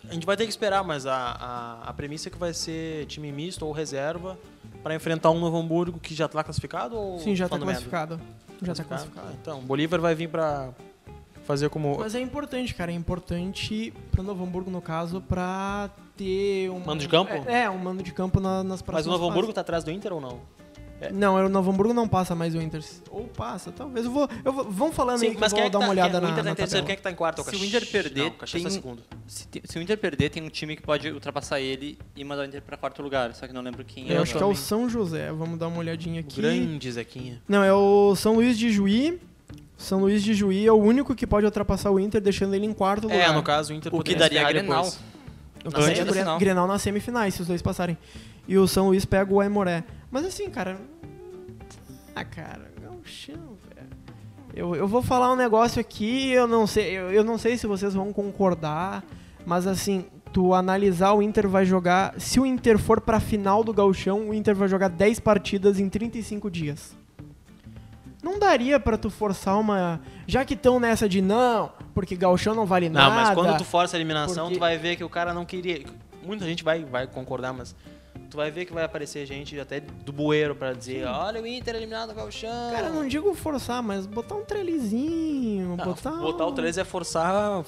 Speaker 3: a gente vai ter que esperar, mas a, a, a premissa é que vai ser time misto ou reserva pra enfrentar um Novo Hamburgo que já tá classificado ou
Speaker 1: Sim, já tá
Speaker 3: falando merda?
Speaker 1: classificado. Já tá
Speaker 3: Ah,
Speaker 1: classificado.
Speaker 3: Então, Bolívar vai vir pra fazer como
Speaker 1: Mas é importante, cara. É importante pro Novo Hamburgo, no caso, pra ter um.
Speaker 3: Mando de campo?
Speaker 1: É, é, um mando de campo na- nas próximas.
Speaker 3: Mas o Novo
Speaker 1: fases.
Speaker 3: Hamburgo tá atrás do Inter ou não? é.
Speaker 1: Não, o Novo Hamburgo não passa mais o Inter. Ou passa, talvez. Eu vou. Eu vou vamos falando aí que eu vou dar uma olhada
Speaker 3: quem,
Speaker 1: na,
Speaker 3: o Inter tá
Speaker 1: na
Speaker 3: em terceiro,
Speaker 1: tabela.
Speaker 3: quem é que tá em quarto? É
Speaker 2: Se o
Speaker 3: Caxias.
Speaker 2: Inter perder,
Speaker 3: não, o Caxias tá
Speaker 2: tem-
Speaker 3: segundo.
Speaker 2: Se, te- se o Inter perder, tem um time que pode ultrapassar ele e mandar o Inter pra quarto lugar. Só que não lembro quem
Speaker 1: Eu
Speaker 2: é.
Speaker 1: acho que é o São José. Vamos dar uma olhadinha aqui.
Speaker 3: Grande Zequinha.
Speaker 1: Não, é o São Luís de Juí. São Luís de Juí é o único que pode ultrapassar o Inter, deixando ele em quarto lugar.
Speaker 3: É, no caso o Inter
Speaker 2: O que
Speaker 3: poderia
Speaker 2: daria
Speaker 3: se ferrar
Speaker 2: Grenal.
Speaker 3: depois.
Speaker 1: Eu
Speaker 2: Na
Speaker 1: pensei
Speaker 2: semifinal.
Speaker 1: no Grenal. Grenal nas semifinais, se os dois passarem. E o São Luís pega o Aimoré. Mas assim, cara. Ah, cara, gauchão, velho. Eu, eu vou falar um negócio aqui, eu não sei, eu, eu não sei se vocês vão concordar, mas assim, tu analisar o Inter vai jogar, se o Inter for pra final do Gauchão, o Inter vai jogar 10 partidas em 35 dias. Não daria pra tu forçar uma, já que estão nessa de não, porque Gauchão não vale
Speaker 3: Não,
Speaker 1: nada.
Speaker 3: mas quando tu força a eliminação,
Speaker 1: Porque-
Speaker 3: tu vai ver que o cara não queria. Muita gente vai, vai concordar, mas tu vai ver que vai aparecer gente até do bueiro pra dizer: olha o Inter eliminado com o chão.
Speaker 1: Cara, eu não digo forçar, mas botar um trailerzinho, botar. um-
Speaker 3: Botar o 13 é forçar.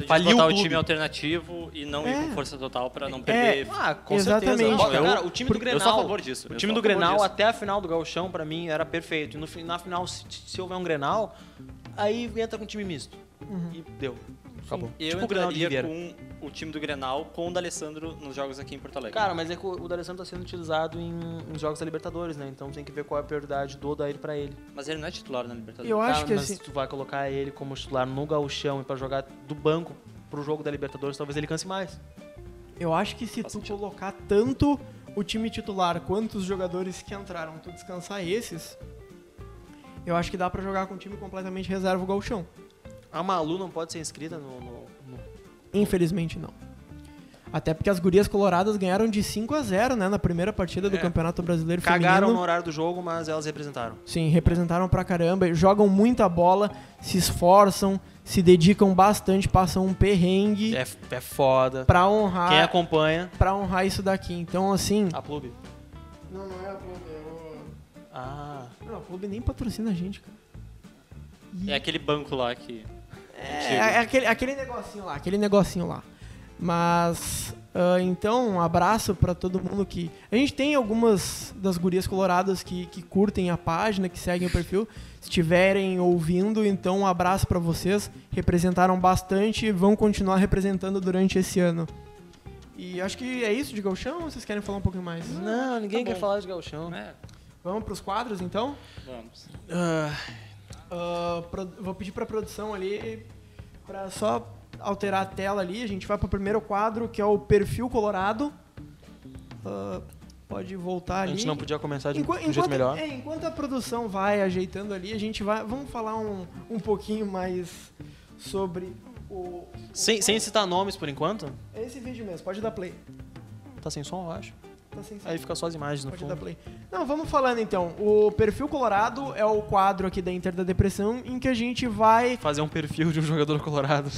Speaker 2: Então, Tem que
Speaker 3: Faliu
Speaker 2: botar
Speaker 3: é
Speaker 2: o
Speaker 3: o
Speaker 2: time
Speaker 3: clube.
Speaker 2: alternativo e não ir
Speaker 1: É.
Speaker 2: com força total pra não perder.
Speaker 3: Ah, com
Speaker 1: Exatamente.
Speaker 3: certeza.
Speaker 2: Eu-
Speaker 3: cara, o time do
Speaker 2: eu
Speaker 3: Grenal.
Speaker 2: sou a favor disso,
Speaker 3: O
Speaker 2: eu
Speaker 3: time
Speaker 2: sou
Speaker 3: do
Speaker 2: a favor
Speaker 3: Grenal é
Speaker 2: disso.
Speaker 3: até a final do Gauchão, pra mim, era perfeito. E no, fi- na final, se, se houver um Grenal, aí entra com um time misto. E deu. Acabou.
Speaker 2: Eu
Speaker 3: tipo o Grenal de
Speaker 2: entraria
Speaker 3: Ribeira.
Speaker 2: com o time do Grenal com o D'Alessandro nos jogos aqui em Porto Alegre.
Speaker 3: Cara, mas é que o o D'Alessandro tá sendo utilizado em, em jogos da Libertadores, né? Então tem que ver qual é a prioridade do Odair pra ele.
Speaker 2: Mas ele não é titular na Libertadores.
Speaker 1: Eu acho
Speaker 3: Tá,
Speaker 1: que
Speaker 3: mas
Speaker 1: assim.
Speaker 3: tu vai colocar ele como titular no gauchão e pra jogar do banco pro jogo da Libertadores, talvez ele canse mais.
Speaker 1: Eu acho que se tu
Speaker 2: Faz sentido.
Speaker 1: colocar tanto o time titular quanto os jogadores que entraram, tu descansar esses, eu acho que dá pra jogar com um time completamente reserva o Galchão.
Speaker 3: A Malu não pode ser inscrita no... no- no-
Speaker 1: Infelizmente não. Até porque as gurias coloradas ganharam de 5 a 0 né, na primeira partida do
Speaker 3: É.
Speaker 1: Campeonato Brasileiro
Speaker 3: Cagaram no
Speaker 1: Feminino.
Speaker 3: horário do jogo, mas elas representaram.
Speaker 1: Sim, representaram pra caramba, jogam muita bola, se esforçam, se dedicam bastante, passam um perrengue
Speaker 3: É, f- é foda.
Speaker 1: pra honrar
Speaker 3: Quem é acompanha,
Speaker 1: pra honrar isso daqui. Então, assim.
Speaker 3: a clube.
Speaker 1: Não, não é a Clube, é
Speaker 3: Ah,
Speaker 1: o. Não, a Clube nem patrocina a gente, cara.
Speaker 2: É aquele banco lá que.
Speaker 1: É, é aquele, aquele negocinho lá, aquele negocinho lá. Mas. ah, então, um abraço pra todo mundo que. A gente tem algumas das gurias coloradas que, que curtem a página, que seguem o perfil. Se estiverem ouvindo, então um abraço pra vocês. Representaram bastante e vão continuar representando durante esse ano. E acho que é isso de Galchão ou vocês querem falar um pouquinho mais?
Speaker 3: Não, ninguém
Speaker 2: tá
Speaker 3: quer
Speaker 2: bom.
Speaker 3: falar de galchão.
Speaker 2: É,
Speaker 1: Vamos pros quadros então?
Speaker 2: vamos.
Speaker 3: Ah,
Speaker 1: Ah, pro- vou pedir pra produção ali pra só alterar a tela ali. A gente vai pro primeiro quadro que é o perfil colorado. Ah, pode voltar
Speaker 3: a
Speaker 1: ali.
Speaker 3: gente não podia começar de um-
Speaker 1: Enqua-
Speaker 3: de um jeito melhor.
Speaker 1: é, enquanto a produção vai ajeitando ali, a gente vai. Vamos falar um, um pouquinho mais sobre o. o-
Speaker 3: Sem, sem citar nomes por enquanto?
Speaker 1: É esse vídeo mesmo, pode dar play.
Speaker 3: Tá sem som, eu acho.
Speaker 1: Tá sem som.
Speaker 3: Aí fica só as imagens no
Speaker 1: Pode dar
Speaker 3: fundo.
Speaker 1: play. Não, vamos falando então. O perfil colorado é o quadro aqui da Inter da Depressão em que a gente vai.
Speaker 3: Fazer um perfil de um
Speaker 1: [LAUGHS]
Speaker 3: jogador colorado.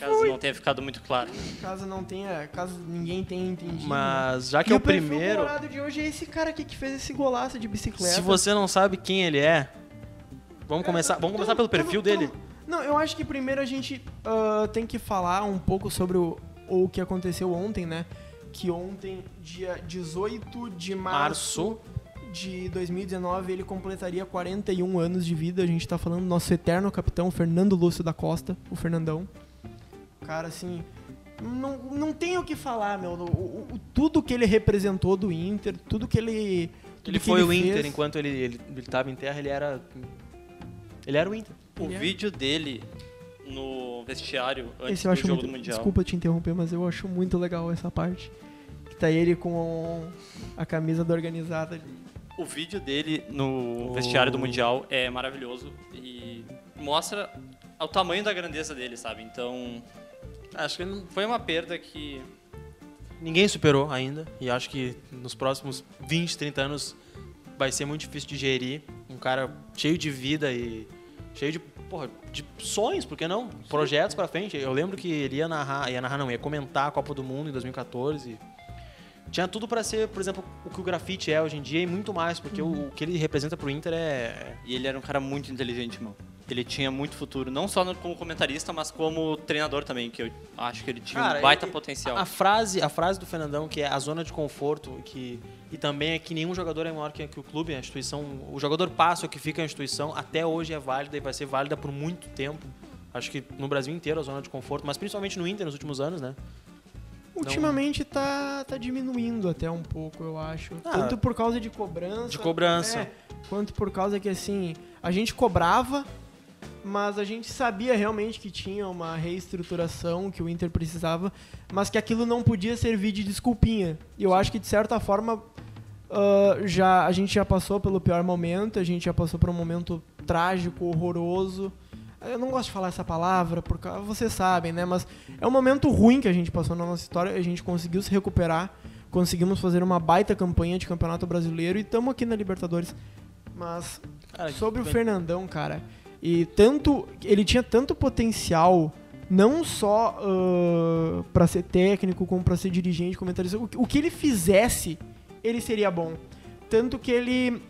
Speaker 2: Caso não tenha ficado muito claro.
Speaker 1: Caso não tenha. Caso ninguém tenha entendido. né?
Speaker 3: Mas já que
Speaker 1: e
Speaker 3: é
Speaker 1: o,
Speaker 3: o primeiro,
Speaker 1: perfil colorado de hoje é esse cara aqui que fez esse golaço de bicicleta.
Speaker 3: se você não sabe quem ele é, vamos começar, vamos começar pelo
Speaker 1: Então,
Speaker 3: perfil
Speaker 1: então,
Speaker 3: dele.
Speaker 1: Não, eu acho que primeiro a gente ah, tem que falar um pouco sobre o, o que aconteceu ontem, né? Que ontem, dia 18 de março,
Speaker 3: Março.
Speaker 1: de 2019, ele completaria 41 anos de vida. A gente tá falando do nosso eterno capitão, Fernando Lúcio da Costa, o Fernandão. Cara, assim, não, não tem o que falar, meu. O- o- o- tudo que ele representou do Inter, tudo que ele. tudo
Speaker 3: Ele
Speaker 1: que
Speaker 3: foi o Inter,
Speaker 1: fez-
Speaker 3: enquanto ele, ele, ele tava em terra, ele era. Ele era o Inter.
Speaker 2: O
Speaker 1: Ele é-
Speaker 2: vídeo dele no vestiário antes
Speaker 1: Esse eu
Speaker 2: do
Speaker 1: acho
Speaker 2: jogo
Speaker 1: muito,
Speaker 2: do Mundial.
Speaker 1: Desculpa te interromper, mas eu acho muito legal essa parte. Que tá ele com a camisa da organizada ali.
Speaker 2: O vídeo dele no
Speaker 3: O-
Speaker 2: vestiário do Mundial é maravilhoso e mostra o tamanho da grandeza dele, sabe? Então, acho que não- foi uma perda que
Speaker 3: Ninguém superou ainda, e acho que nos próximos 20, 30 anos vai ser muito difícil de gerir. Um cara cheio de vida e cheio de, porra, de sonhos, por que não? Projetos pra frente. Eu lembro que ele ia narrar, ia narrar não, ia comentar a Copa do Mundo em 2014. Tinha tudo pra ser, por exemplo, o que o grafite é hoje em dia e muito mais, porque o, o que ele representa pro Inter é
Speaker 2: e ele era um cara muito inteligente, mano. Ele tinha muito futuro, não só no- como comentarista, mas como treinador também, que eu acho que ele tinha
Speaker 3: Cara,
Speaker 2: um baita
Speaker 3: ele-
Speaker 2: potencial.
Speaker 3: A, a frase, a frase do Fernandão que é a zona de conforto, que e também é que nenhum jogador é maior que, que o clube, a instituição, o jogador passa o que fica é a instituição, até hoje é válida e vai ser válida por muito tempo. Acho que no Brasil inteiro a zona de conforto, mas principalmente no Inter nos últimos anos, né?
Speaker 1: Ultimamente tá, tá diminuindo até um pouco, eu acho.
Speaker 3: Ah.
Speaker 1: Tanto por causa de cobrança.
Speaker 3: De cobrança.
Speaker 1: é, quanto por causa que, assim, a gente cobrava, mas a gente sabia realmente que tinha uma reestruturação que o Inter precisava, mas que aquilo não podia servir de desculpinha. E eu acho que, de certa forma, ah, já, a gente já passou pelo pior momento, a gente já passou por um momento trágico, horroroso. Eu não gosto de falar essa palavra, porque vocês sabem, né? Mas é um momento ruim que a gente passou na nossa história, a gente conseguiu se recuperar, conseguimos fazer uma baita campanha de Campeonato Brasileiro e estamos aqui na Libertadores. Mas
Speaker 3: Cara,
Speaker 1: sobre o
Speaker 3: bem-
Speaker 1: Fernandão, cara, e tanto ele tinha tanto potencial não só ãh, pra ser técnico, como pra ser dirigente, comentarista, o, que- o que ele fizesse, ele seria bom. Tanto que ele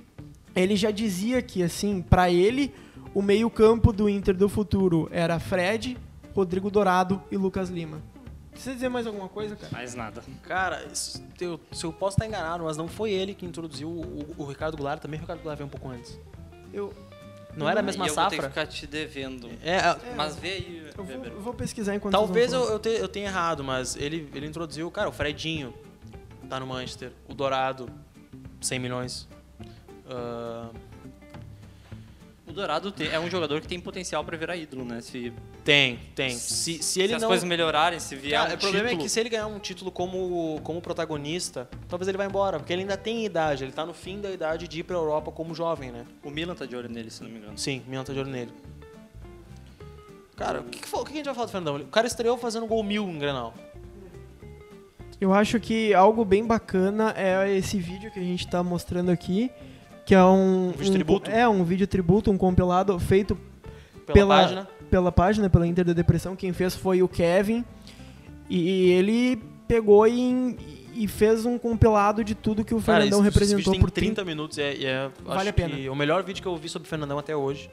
Speaker 1: ele já dizia que assim, pra ele, o meio-campo do Inter do futuro era Fred, Rodrigo Dourado e Lucas Lima. Precisa dizer mais alguma coisa, cara?
Speaker 2: Mais nada.
Speaker 3: Cara, isso- eu, se eu posso estar enganado, mas não foi ele que introduziu o, o Ricardo Goulart, também o Ricardo Goulart veio um pouco antes.
Speaker 1: Eu
Speaker 3: Não era a mesma
Speaker 2: e eu vou ter que
Speaker 3: safra?
Speaker 2: ficar te devendo.
Speaker 3: É, a-
Speaker 2: Mas vê aí,
Speaker 1: eu vou,
Speaker 2: Weber.
Speaker 1: eu vou pesquisar enquanto
Speaker 3: Talvez
Speaker 1: vocês
Speaker 3: eu,
Speaker 1: vão
Speaker 3: eu, te- eu tenha errado, mas ele, ele introduziu, cara, o Fredinho tá no Manchester, o Dourado, 100 milhões. Ah,
Speaker 2: O Dourado te- é um jogador que tem potencial pra virar ídolo, né? Se,
Speaker 3: tem, tem. Se, se ele
Speaker 2: se as
Speaker 3: não.
Speaker 2: coisas melhorarem, se vier
Speaker 3: Cara,
Speaker 2: um
Speaker 3: o problema
Speaker 2: título,
Speaker 3: é que se ele ganhar um título como, como protagonista, talvez ele vá embora, porque ele ainda tem idade, ele tá no fim da idade de ir pra Europa como jovem, né?
Speaker 2: O Milan tá de olho nele, se não me engano.
Speaker 3: Sim, Milan tá de olho nele. Cara, o que, que, fo- o que que a gente vai falar do Fernandão? O cara estreou fazendo gol mil em Grenal.
Speaker 1: Eu acho que algo bem bacana é esse vídeo que a gente tá mostrando aqui, que é um,
Speaker 3: Um vídeo tributo?
Speaker 1: É um vídeo tributo, um compilado feito
Speaker 3: Pela,
Speaker 1: Pela-
Speaker 3: página.
Speaker 1: pela página, pela Inter da Depressão. Quem fez foi o Kevin. E ele pegou e, e fez um compilado de tudo que o
Speaker 3: Cara,
Speaker 1: Fernandão
Speaker 3: esse- esse
Speaker 1: representou
Speaker 3: vídeo tem
Speaker 1: por
Speaker 3: 30 minutos e é, e é,
Speaker 1: Vale
Speaker 3: acho
Speaker 1: a pena.
Speaker 3: que o melhor vídeo que eu vi sobre o Fernandão até hoje.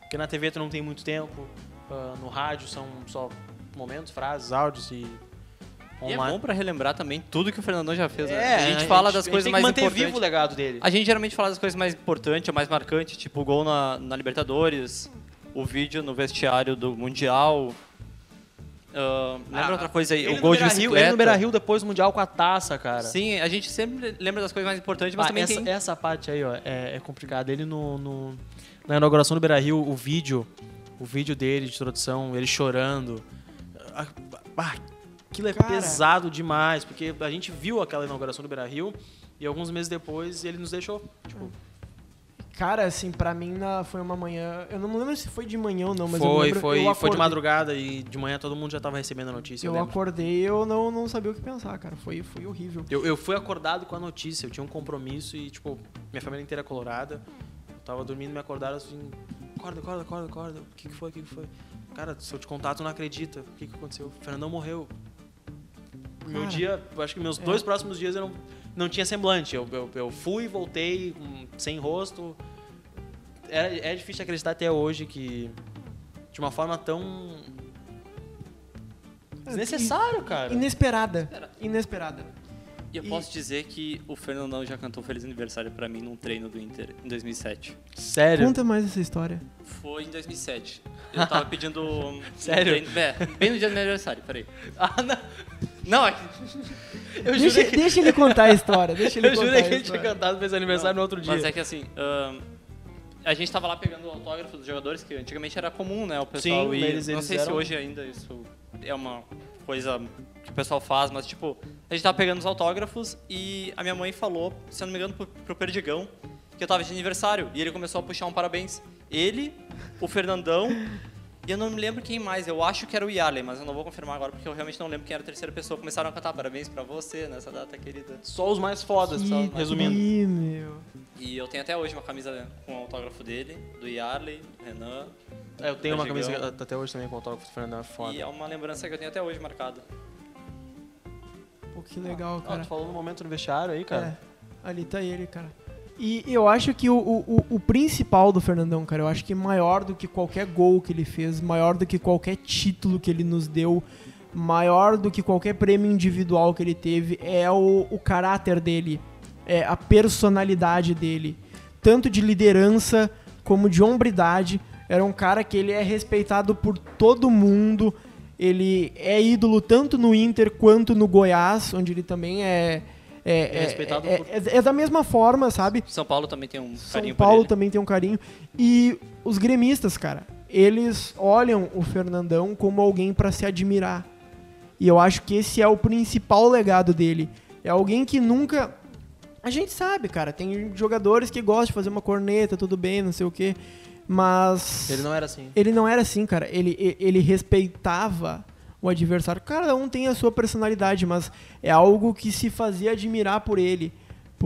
Speaker 3: Porque na TV tu não tem muito tempo, ah, no rádio são só momentos, frases, áudios e
Speaker 2: E é bom pra relembrar também tudo que o Fernandão já fez. né?
Speaker 3: É,
Speaker 2: a gente fala das
Speaker 3: a
Speaker 2: coisas
Speaker 3: tem
Speaker 2: mais
Speaker 3: que manter
Speaker 2: importantes.
Speaker 3: vivo né? o legado dele.
Speaker 2: A gente geralmente fala das coisas mais importantes, mais marcantes, tipo o gol na, na Libertadores, o vídeo no vestiário do Mundial. Ah, lembra
Speaker 3: Ah,
Speaker 2: outra coisa aí?
Speaker 3: Ele
Speaker 2: O
Speaker 3: no
Speaker 2: gol de
Speaker 3: Beira-Rio-
Speaker 2: bicicleta.
Speaker 3: Ele no Beira Rio depois do Mundial com a taça, cara.
Speaker 2: Sim, a gente sempre lembra das coisas mais importantes, mas
Speaker 3: Ah,
Speaker 2: também
Speaker 3: essa,
Speaker 2: tem...
Speaker 3: essa parte aí, ó, é, é complicada. Ele no, no- na inauguração do Beira Rio, o vídeo, o vídeo dele de introdução, ele chorando. Ah, ah, aquilo é
Speaker 1: Cara.
Speaker 3: pesado demais, porque a gente viu aquela inauguração do Beira Rio e alguns meses depois ele nos deixou. Tipo,
Speaker 1: Cara, assim, pra mim na- foi uma manhã. Eu não me lembro se foi de manhã ou não, mas eu
Speaker 3: foi,
Speaker 1: lembro,
Speaker 3: foi,
Speaker 1: eu
Speaker 3: foi de
Speaker 1: acordei-
Speaker 3: madrugada e de manhã todo mundo já tava recebendo a notícia. Eu,
Speaker 1: Eu
Speaker 3: lembro.
Speaker 1: acordei e eu não, não sabia o que pensar, cara. Foi, foi horrível.
Speaker 3: Eu, eu fui acordado com a notícia, eu tinha um compromisso e, tipo, minha família inteira é colorada. Eu tava dormindo, me acordaram assim, acorda, acorda, acorda, acorda. O que, que foi, o que, que foi? Cara, se eu te contar, tu não acredita. O que, que aconteceu? O Fernandão morreu. Meu
Speaker 1: Cara.
Speaker 3: dia, eu acho que meus dois próximos dias eu não, não tinha semblante. Eu, eu, eu fui, voltei, hum, sem rosto. Era, é difícil acreditar até hoje que, de uma forma tão... Desnecessário, cara.
Speaker 1: Inesperada. Inesperada.
Speaker 2: E eu
Speaker 1: E-
Speaker 2: posso dizer que o Fernandão já cantou Feliz Aniversário pra mim num treino do Inter em 2007.
Speaker 3: Sério.
Speaker 1: Conta mais essa história.
Speaker 2: Foi em 2007.
Speaker 3: [LAUGHS]
Speaker 2: Eu tava pedindo... um
Speaker 3: Sério?
Speaker 2: treino- é, bem no dia do meu aniversário, peraí.
Speaker 3: Ah, não.
Speaker 2: Não, é-
Speaker 3: Eu jurei
Speaker 1: Deixa,
Speaker 3: que-
Speaker 1: deixa ele contar a história.
Speaker 3: [LAUGHS]
Speaker 1: Deixa ele
Speaker 3: Eu
Speaker 1: contar
Speaker 3: jurei
Speaker 1: a
Speaker 3: que ele tinha
Speaker 1: história.
Speaker 3: cantado fez aniversário no outro dia.
Speaker 2: Mas é que assim, ahn, a gente tava lá pegando o autógrafo dos jogadores, que antigamente era comum, né? O pessoal
Speaker 3: Sim,
Speaker 2: ir.
Speaker 3: eles-
Speaker 2: não
Speaker 3: eles
Speaker 2: sei se
Speaker 3: eram-
Speaker 2: hoje ainda isso é uma coisa que o pessoal faz, mas tipo, a gente tava pegando os autógrafos e a minha mãe falou, se eu não me engano, pro, pro Perdigão, que eu tava de aniversário. E ele começou a puxar um parabéns. Ele, o Fernandão. E eu não me lembro quem mais, eu acho que era o Yarley, mas eu não vou confirmar agora porque eu realmente não lembro quem era a terceira pessoa. Começaram a cantar parabéns pra você nessa data querida.
Speaker 3: Só os mais fodas, só-
Speaker 1: Que-
Speaker 3: resumindo.
Speaker 1: Ih, meu.
Speaker 2: E eu tenho até hoje uma camisa com o autógrafo dele, do Yarley, do Renan.
Speaker 3: É, eu tenho uma
Speaker 2: Perdigão.
Speaker 3: camisa que- até hoje também com o autógrafo do Fernando, é foda.
Speaker 2: E é uma lembrança que eu tenho até hoje marcada.
Speaker 1: Pô, que legal,
Speaker 3: Ah,
Speaker 1: cara.
Speaker 3: tu falou no momento no vestiário aí, cara.
Speaker 1: É, ali tá ele, cara. E eu acho que o, o, o principal do Fernandão, cara, eu acho que maior do que qualquer gol que ele fez, maior do que qualquer título que ele nos deu, maior do que qualquer prêmio individual que ele teve, é o, o caráter dele, é a personalidade dele. Tanto de liderança como de hombridade. Era um cara que ele é respeitado por todo mundo. Ele é ídolo tanto no Inter quanto no Goiás, onde ele também é. É,
Speaker 3: É respeitado
Speaker 1: é,
Speaker 3: por-
Speaker 1: é- é da mesma forma, sabe?
Speaker 2: São Paulo também tem um
Speaker 1: São
Speaker 2: carinho
Speaker 1: Paulo
Speaker 2: por ele.
Speaker 1: também tem um carinho. E os gremistas, cara, eles olham o Fernandão como alguém pra se admirar. E eu acho que esse é o principal legado dele. É alguém que nunca. A gente sabe, cara, tem jogadores que gostam de fazer uma corneta, tudo bem, não sei o quê. Mas.
Speaker 3: Ele não era assim.
Speaker 1: Ele não era assim, cara. Ele, e- ele respeitava o adversário. Cada um tem a sua personalidade, mas é algo que se fazia admirar por ele.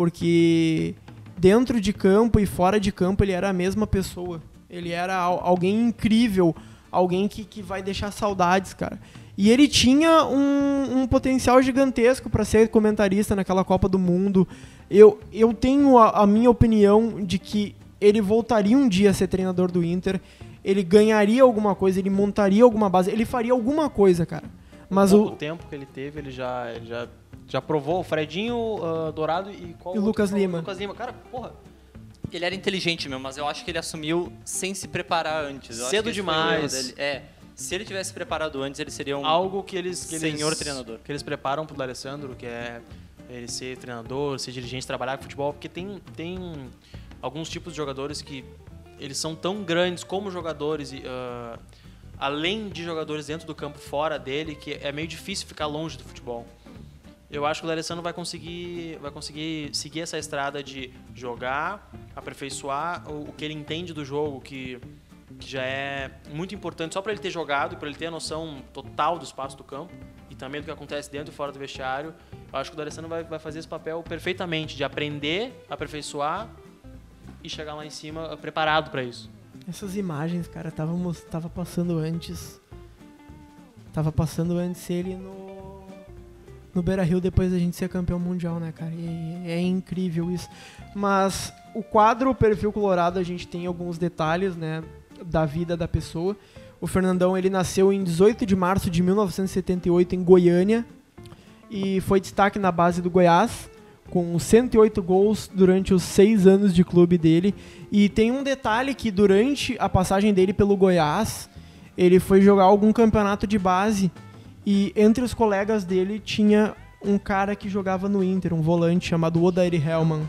Speaker 1: Porque dentro de campo e fora de campo ele era a mesma pessoa. Ele era al- alguém incrível, alguém que, que vai deixar saudades, cara. E ele tinha um, um potencial gigantesco para ser comentarista naquela Copa do Mundo. Eu, eu tenho a- a minha opinião de que ele voltaria um dia a ser treinador do Inter ele ganharia alguma coisa, ele montaria alguma base, ele faria alguma coisa, cara. Mas
Speaker 3: pouco
Speaker 1: o,
Speaker 3: tempo que ele teve, ele já, ele já, já provou o Fredinho, ah, Dourado e qual
Speaker 1: E o
Speaker 3: outro?
Speaker 1: Lucas Lima.
Speaker 3: Lucas Lima, cara, porra.
Speaker 2: Ele era inteligente mesmo, mas eu acho que ele assumiu sem se preparar antes. Eu acho
Speaker 3: Cedo
Speaker 2: que esse foi o erro
Speaker 3: demais.
Speaker 2: dele. É. Se ele tivesse se preparado antes, ele seria um.
Speaker 3: Algo que eles, que eles-
Speaker 2: Senhor treinador.
Speaker 3: que eles preparam pro D'Alessandro, que é ele ser treinador, ser dirigente, trabalhar com futebol, porque tem, tem alguns tipos de jogadores que eles são tão grandes como jogadores, e, ah, além de jogadores dentro do campo, fora dele, que é meio difícil ficar longe do futebol. Eu acho que o D'Alessandro vai conseguir, vai conseguir seguir essa estrada de jogar, aperfeiçoar o, o que ele entende do jogo, que, que já é muito importante só para ele ter jogado, para ele ter a noção total do espaço do campo e também do que acontece dentro e fora do vestiário. Eu acho que o D'Alessandro vai, vai fazer esse papel perfeitamente, de aprender, aperfeiçoar e chegar lá em cima eh, preparado para isso.
Speaker 1: essas imagens, cara, tava, mos- tava passando antes. Tava passando antes ele no. No Beira Rio depois da gente ser campeão mundial, né, cara? E é incrível isso. Mas o quadro Perfil Colorado, a gente tem alguns detalhes, né? Da vida da pessoa. O Fernandão, ele nasceu em 18 de março de 1978 em Goiânia e foi destaque na base do Goiás, com 108 gols durante os seis anos de clube dele. E tem um detalhe que durante a passagem dele pelo Goiás, ele foi jogar algum campeonato de base E entre os colegas dele tinha um cara que jogava no Inter, um volante chamado Odair Hellman.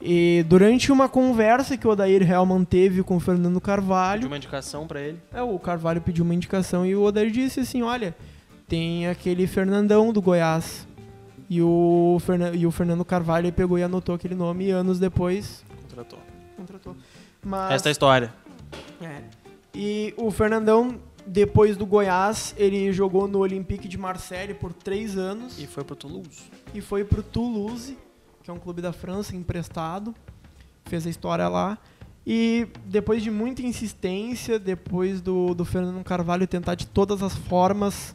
Speaker 1: E durante uma conversa que o Odair Hellman teve com o Fernando Carvalho,
Speaker 3: Pediu uma indicação pra ele.
Speaker 1: é, o Carvalho pediu uma indicação e o Odair disse assim: olha, tem aquele Fernandão do Goiás. E o, Fernan- e o Fernando Carvalho pegou e anotou aquele nome e anos depois
Speaker 3: Contratou.
Speaker 1: contratou. Mas,
Speaker 3: Esta é a história.
Speaker 1: é. E o Fernandão, depois do Goiás, ele jogou no Olympique de Marseille por três anos
Speaker 3: E foi pro Toulouse.
Speaker 1: e foi pro Toulouse, que é um clube da França, emprestado. Fez a história lá. E depois de muita insistência, depois do, do Fernando Carvalho tentar de todas as formas,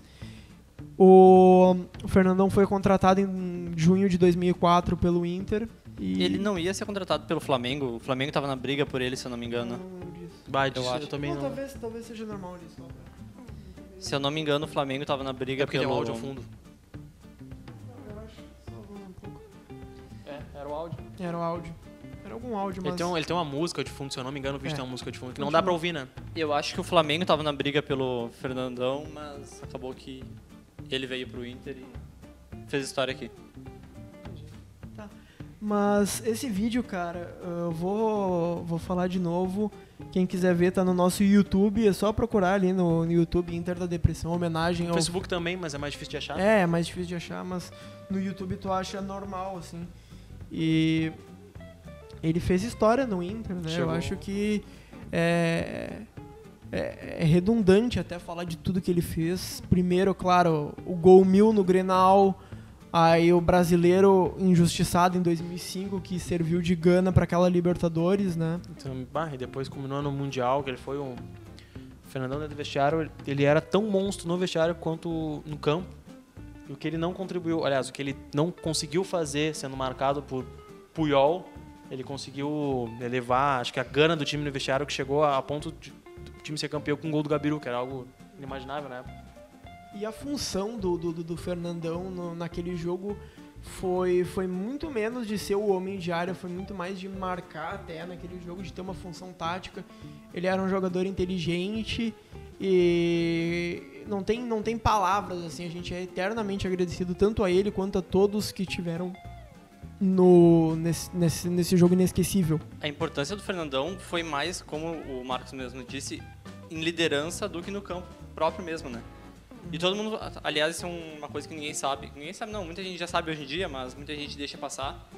Speaker 1: o, o Fernandão foi contratado em junho de 2004 pelo Inter. E
Speaker 2: Ele não ia ser contratado pelo Flamengo. O Flamengo tava na briga por ele, se eu não me engano.
Speaker 1: Não lembro disso.
Speaker 3: Bah,
Speaker 2: Eu
Speaker 3: disso eu,
Speaker 2: acho.
Speaker 3: também
Speaker 1: Não,
Speaker 3: não.
Speaker 1: Talvez, talvez seja normal isso.
Speaker 2: Se eu não me engano, o Flamengo tava na briga
Speaker 3: É porque tem
Speaker 2: pelo...
Speaker 3: um áudio ao fundo.
Speaker 1: Eu acho, só um pouco.
Speaker 2: É, era o áudio.
Speaker 1: Era o áudio. Era algum áudio, mas.
Speaker 3: Ele, tem um- ele tem uma música de fundo, se eu não me engano, o vídeo
Speaker 1: É.
Speaker 3: tem uma música de fundo que não dá pra ouvir, né?
Speaker 2: Eu acho que o Flamengo tava na briga pelo Fernandão, mas acabou que ele veio pro Inter e fez história aqui.
Speaker 1: Mas esse vídeo, cara, eu vou, vou falar de novo. Quem quiser ver, tá no nosso YouTube. É só procurar ali no, no YouTube Inter da Depressão, homenagem
Speaker 3: No
Speaker 1: ao.
Speaker 3: Facebook também, mas é mais difícil de achar.
Speaker 1: É, é mais difícil de achar, mas no YouTube tu acha normal, assim. E ele fez história no Inter, né?
Speaker 3: Chegou.
Speaker 1: Eu acho que é, é- é redundante até falar de tudo que ele fez. Primeiro, claro, o gol mil no Grenal, aí o brasileiro injustiçado em 2005 que serviu de gana para aquela Libertadores, né?
Speaker 3: Então, bah, e depois culminou no Mundial, que ele foi um. O Fernandão dentro do vestiário, ele- ele era tão monstro no vestiário quanto no campo. E o que ele não contribuiu, aliás, o que ele não conseguiu fazer sendo marcado por Puyol, ele conseguiu elevar, acho que a gana do time no vestiário que chegou a a ponto de, do time ser campeão com o gol do Gabiru, que era algo inimaginável, né?
Speaker 1: E a função do, do, do- do Fernandão no- naquele jogo foi, foi muito menos de ser o homem de área, foi muito mais de marcar até naquele jogo, de ter uma função tática. Ele era um jogador inteligente e não tem, não tem palavras, assim, a gente é eternamente agradecido tanto a ele quanto a todos que tiveram no, nesse, nesse, nesse jogo inesquecível.
Speaker 2: A importância do Fernandão foi mais, como o Marcos mesmo disse, em liderança do que no campo próprio mesmo, né? E todo mundo, aliás, isso é uma coisa que ninguém sabe. Ninguém sabe, não, muita gente já sabe hoje em dia, mas muita gente deixa passar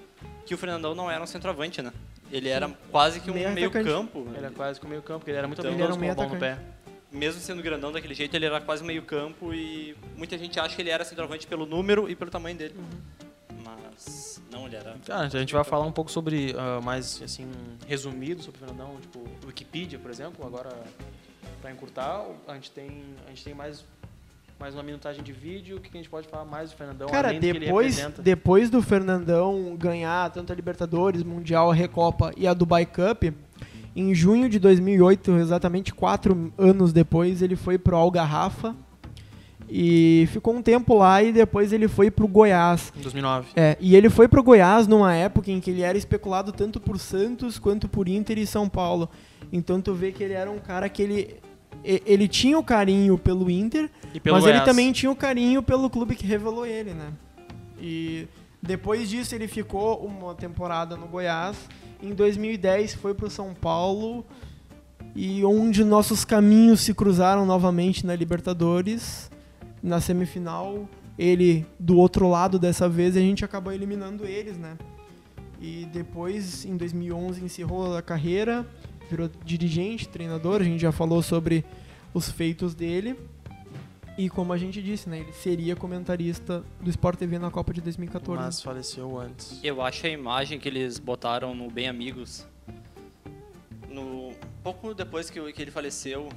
Speaker 2: que o Fernandão não era um centroavante, né? Ele era quase que um
Speaker 1: Meio atacante.
Speaker 2: meio-campo.
Speaker 3: Ele era quase que o meio campo, porque ele era muito
Speaker 2: Então,
Speaker 3: habilidoso
Speaker 1: ele
Speaker 3: com
Speaker 1: era
Speaker 3: a
Speaker 1: um
Speaker 3: bola
Speaker 1: meio
Speaker 3: no pé.
Speaker 2: Mesmo sendo grandão daquele jeito, ele era quase meio-campo e muita gente acha que ele era centroavante pelo número e pelo tamanho dele. Uhum. Mas não, ele era.
Speaker 3: Cara, a gente vai falar um pouco sobre, ah, mais assim, resumido sobre o Fernandão, tipo, Wikipedia, por exemplo, agora pra encurtar, a gente tem, a gente tem mais, mais uma minutagem de vídeo, o que que a gente pode falar mais do Fernandão,
Speaker 1: Cara,
Speaker 3: Então, além do que ele
Speaker 1: depois,
Speaker 3: representa.
Speaker 1: depois do Fernandão ganhar tanto a Libertadores, Mundial, a Recopa e a Dubai Cup, em junho de 2008, exatamente quatro anos depois, ele foi pro Algarrafa e ficou um tempo lá e depois ele foi pro Goiás.
Speaker 3: Em 2009.
Speaker 1: É, e ele foi pro Goiás numa época em que ele era especulado tanto por Santos quanto por Inter e São Paulo. Então tu vê que ele era um cara que ele e- ele tinha o carinho pelo Inter,
Speaker 3: E pelo
Speaker 1: mas
Speaker 3: Goiás.
Speaker 1: ele também tinha o carinho pelo clube que revelou ele, né? E depois disso ele ficou uma temporada no Goiás. Em 2010 foi pro São Paulo e onde nossos caminhos se cruzaram novamente na Libertadores, na semifinal, ele do outro lado dessa vez e a gente acabou eliminando eles, né? E depois, em 2011, encerrou a carreira, virou dirigente, treinador, a gente já falou sobre os feitos dele. E como a gente disse, né, ele seria comentarista do Sport TV na Copa de 2014.
Speaker 3: Mas faleceu antes.
Speaker 2: Eu acho a imagem que eles botaram no Bem Amigos, no pouco depois que, o- que ele faleceu,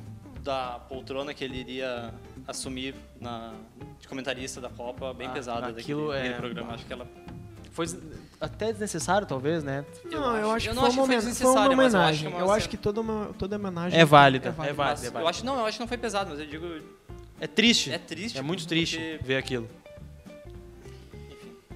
Speaker 2: da poltrona que ele iria assumir na, de comentarista da Copa, bem
Speaker 3: Ah,
Speaker 2: pesada
Speaker 3: aquilo
Speaker 2: daquele, daquele
Speaker 3: é-
Speaker 2: programa. Acho que ela
Speaker 3: Foi des- até desnecessário, talvez, né?
Speaker 1: não, eu acho,
Speaker 2: eu
Speaker 1: que
Speaker 2: não
Speaker 1: foi uma
Speaker 2: acho que foi
Speaker 1: homenagem. Foi uma
Speaker 2: desnecessária, mas eu acho
Speaker 1: homenagem.
Speaker 2: que é uma
Speaker 1: Eu acho
Speaker 2: cena-
Speaker 1: que toda, uma, toda homenagem
Speaker 3: É válida, é
Speaker 2: Mas
Speaker 3: válida, é
Speaker 2: eu
Speaker 3: válida.
Speaker 2: acho não, eu acho que não foi pesado, mas eu digo
Speaker 3: É triste.
Speaker 2: é triste.
Speaker 3: É muito
Speaker 2: porque-
Speaker 3: triste ver aquilo.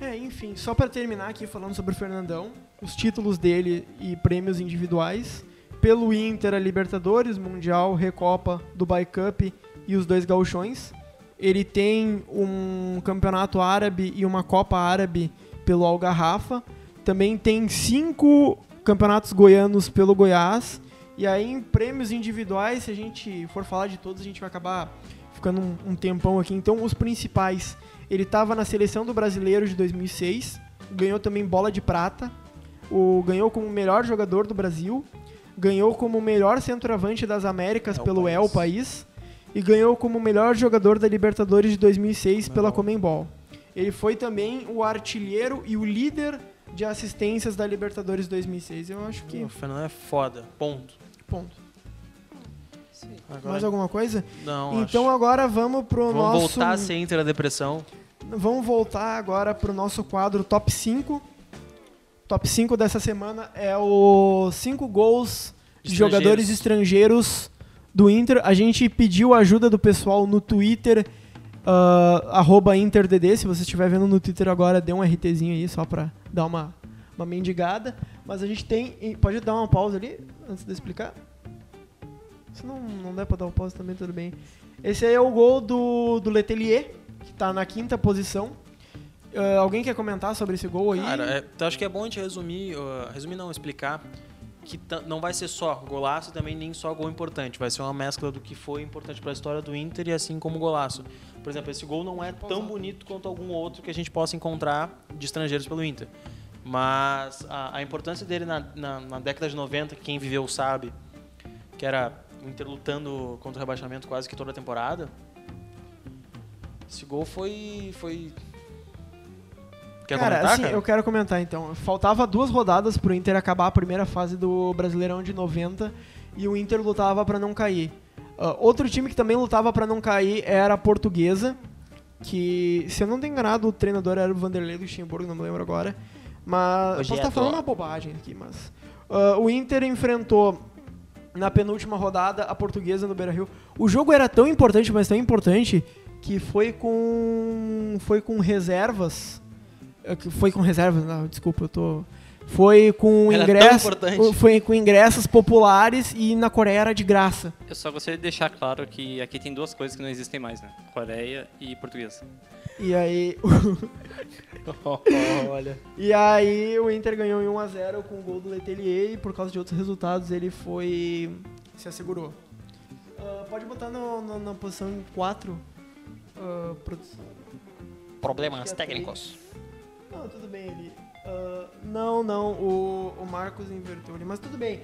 Speaker 1: É, enfim, só pra terminar aqui falando sobre o Fernandão, os títulos dele e prêmios individuais. Pelo Inter, a Libertadores, Mundial, Recopa, Dubai Cup e os dois gauchões. ele tem um campeonato árabe e uma Copa Árabe pelo Algarrafa. Também tem cinco campeonatos goianos pelo Goiás. E aí, em prêmios individuais, se a gente for falar de todos, a gente vai acabar ficando um, um tempão aqui. Então, os principais. Ele estava na seleção do brasileiro de 2006, ganhou também bola de prata, o, ganhou como melhor jogador do Brasil, ganhou como melhor centroavante das Américas
Speaker 3: É o
Speaker 1: pelo
Speaker 3: país.
Speaker 1: El País e ganhou como melhor jogador da Libertadores de 2006 pela Comembol. Ele foi também o artilheiro e o líder de assistências da Libertadores 2006. Eu acho que.
Speaker 3: O Fernando é foda. Ponto.
Speaker 1: Ponto.
Speaker 3: Agora-
Speaker 1: Mais alguma coisa?
Speaker 3: Não,
Speaker 1: então
Speaker 3: acho.
Speaker 1: agora vamos pro
Speaker 3: Vamos
Speaker 1: nosso.
Speaker 3: voltar a ser Inter da depressão.
Speaker 1: Vamos voltar agora pro nosso quadro top 5. Top 5 dessa semana é o 5 gols de
Speaker 3: Estrangeiros.
Speaker 1: jogadores estrangeiros do Inter. A gente pediu a ajuda do pessoal no Twitter, ah, arroba InterDD. Se você estiver vendo no Twitter agora, dê um RTzinho aí só pra dar uma, uma mendigada. Mas a gente tem. e Pode dar uma pausa ali antes de eu explicar? Se não, não der pra dar uma pausa também, tudo bem. Esse aí é o gol do, do Letelier, que tá na quinta posição. Ah, alguém quer comentar sobre esse gol aí?
Speaker 3: Cara, é, então acho que é bom a gente resumir, uh, resumir não, explicar que ta- não vai ser só golaço e também nem só gol importante, vai ser uma mescla do que foi importante para a história do Inter e assim como golaço. Por exemplo, esse gol não é tão bonito quanto algum outro que a gente possa encontrar de estrangeiros pelo Inter. Mas a, a importância dele na, na- na década de 90, que quem viveu sabe, que era o Inter lutando contra o rebaixamento quase que toda a temporada. Esse gol foi. foi... Quer
Speaker 1: cara,
Speaker 3: comentar,
Speaker 1: assim,
Speaker 3: cara?
Speaker 1: eu quero comentar então. Faltava duas rodadas pro Inter acabar a primeira fase do Brasileirão de 90 e o Inter lutava pra não cair. Ah, outro time que também lutava pra não cair era a Portuguesa, que, se eu não tenho enganado, o treinador era o Vanderlei Luxemburgo, não me lembro agora. Mas
Speaker 3: Hoje
Speaker 1: posso
Speaker 3: é
Speaker 1: estar falando
Speaker 3: atual.
Speaker 1: uma bobagem aqui, mas ah, o Inter enfrentou na penúltima rodada a Portuguesa no Beira-Rio. O jogo era tão importante, mas tão importante que foi com foi com reservas é, que foi com reservas, não, desculpa, eu tô. Foi com
Speaker 3: Era tão
Speaker 1: ingressos.
Speaker 3: importante.
Speaker 1: Foi com ingressos populares e na Coreia era de graça.
Speaker 2: Eu só gostaria de deixar claro que aqui tem duas coisas que não existem mais, né? Coreia e português.
Speaker 1: E aí. [LAUGHS]
Speaker 3: Olha.
Speaker 1: e aí o Inter ganhou em 1x0 com o gol do Letelier e por causa de outros resultados ele foi. se assegurou. Ah, pode botar no- no- na posição 4. ah, produção.
Speaker 4: Problemas
Speaker 1: Psiquiatria.
Speaker 4: técnicos.
Speaker 1: Não, tudo bem ali. Ah, não, não, o, o Marcos inverteu ali, mas tudo bem.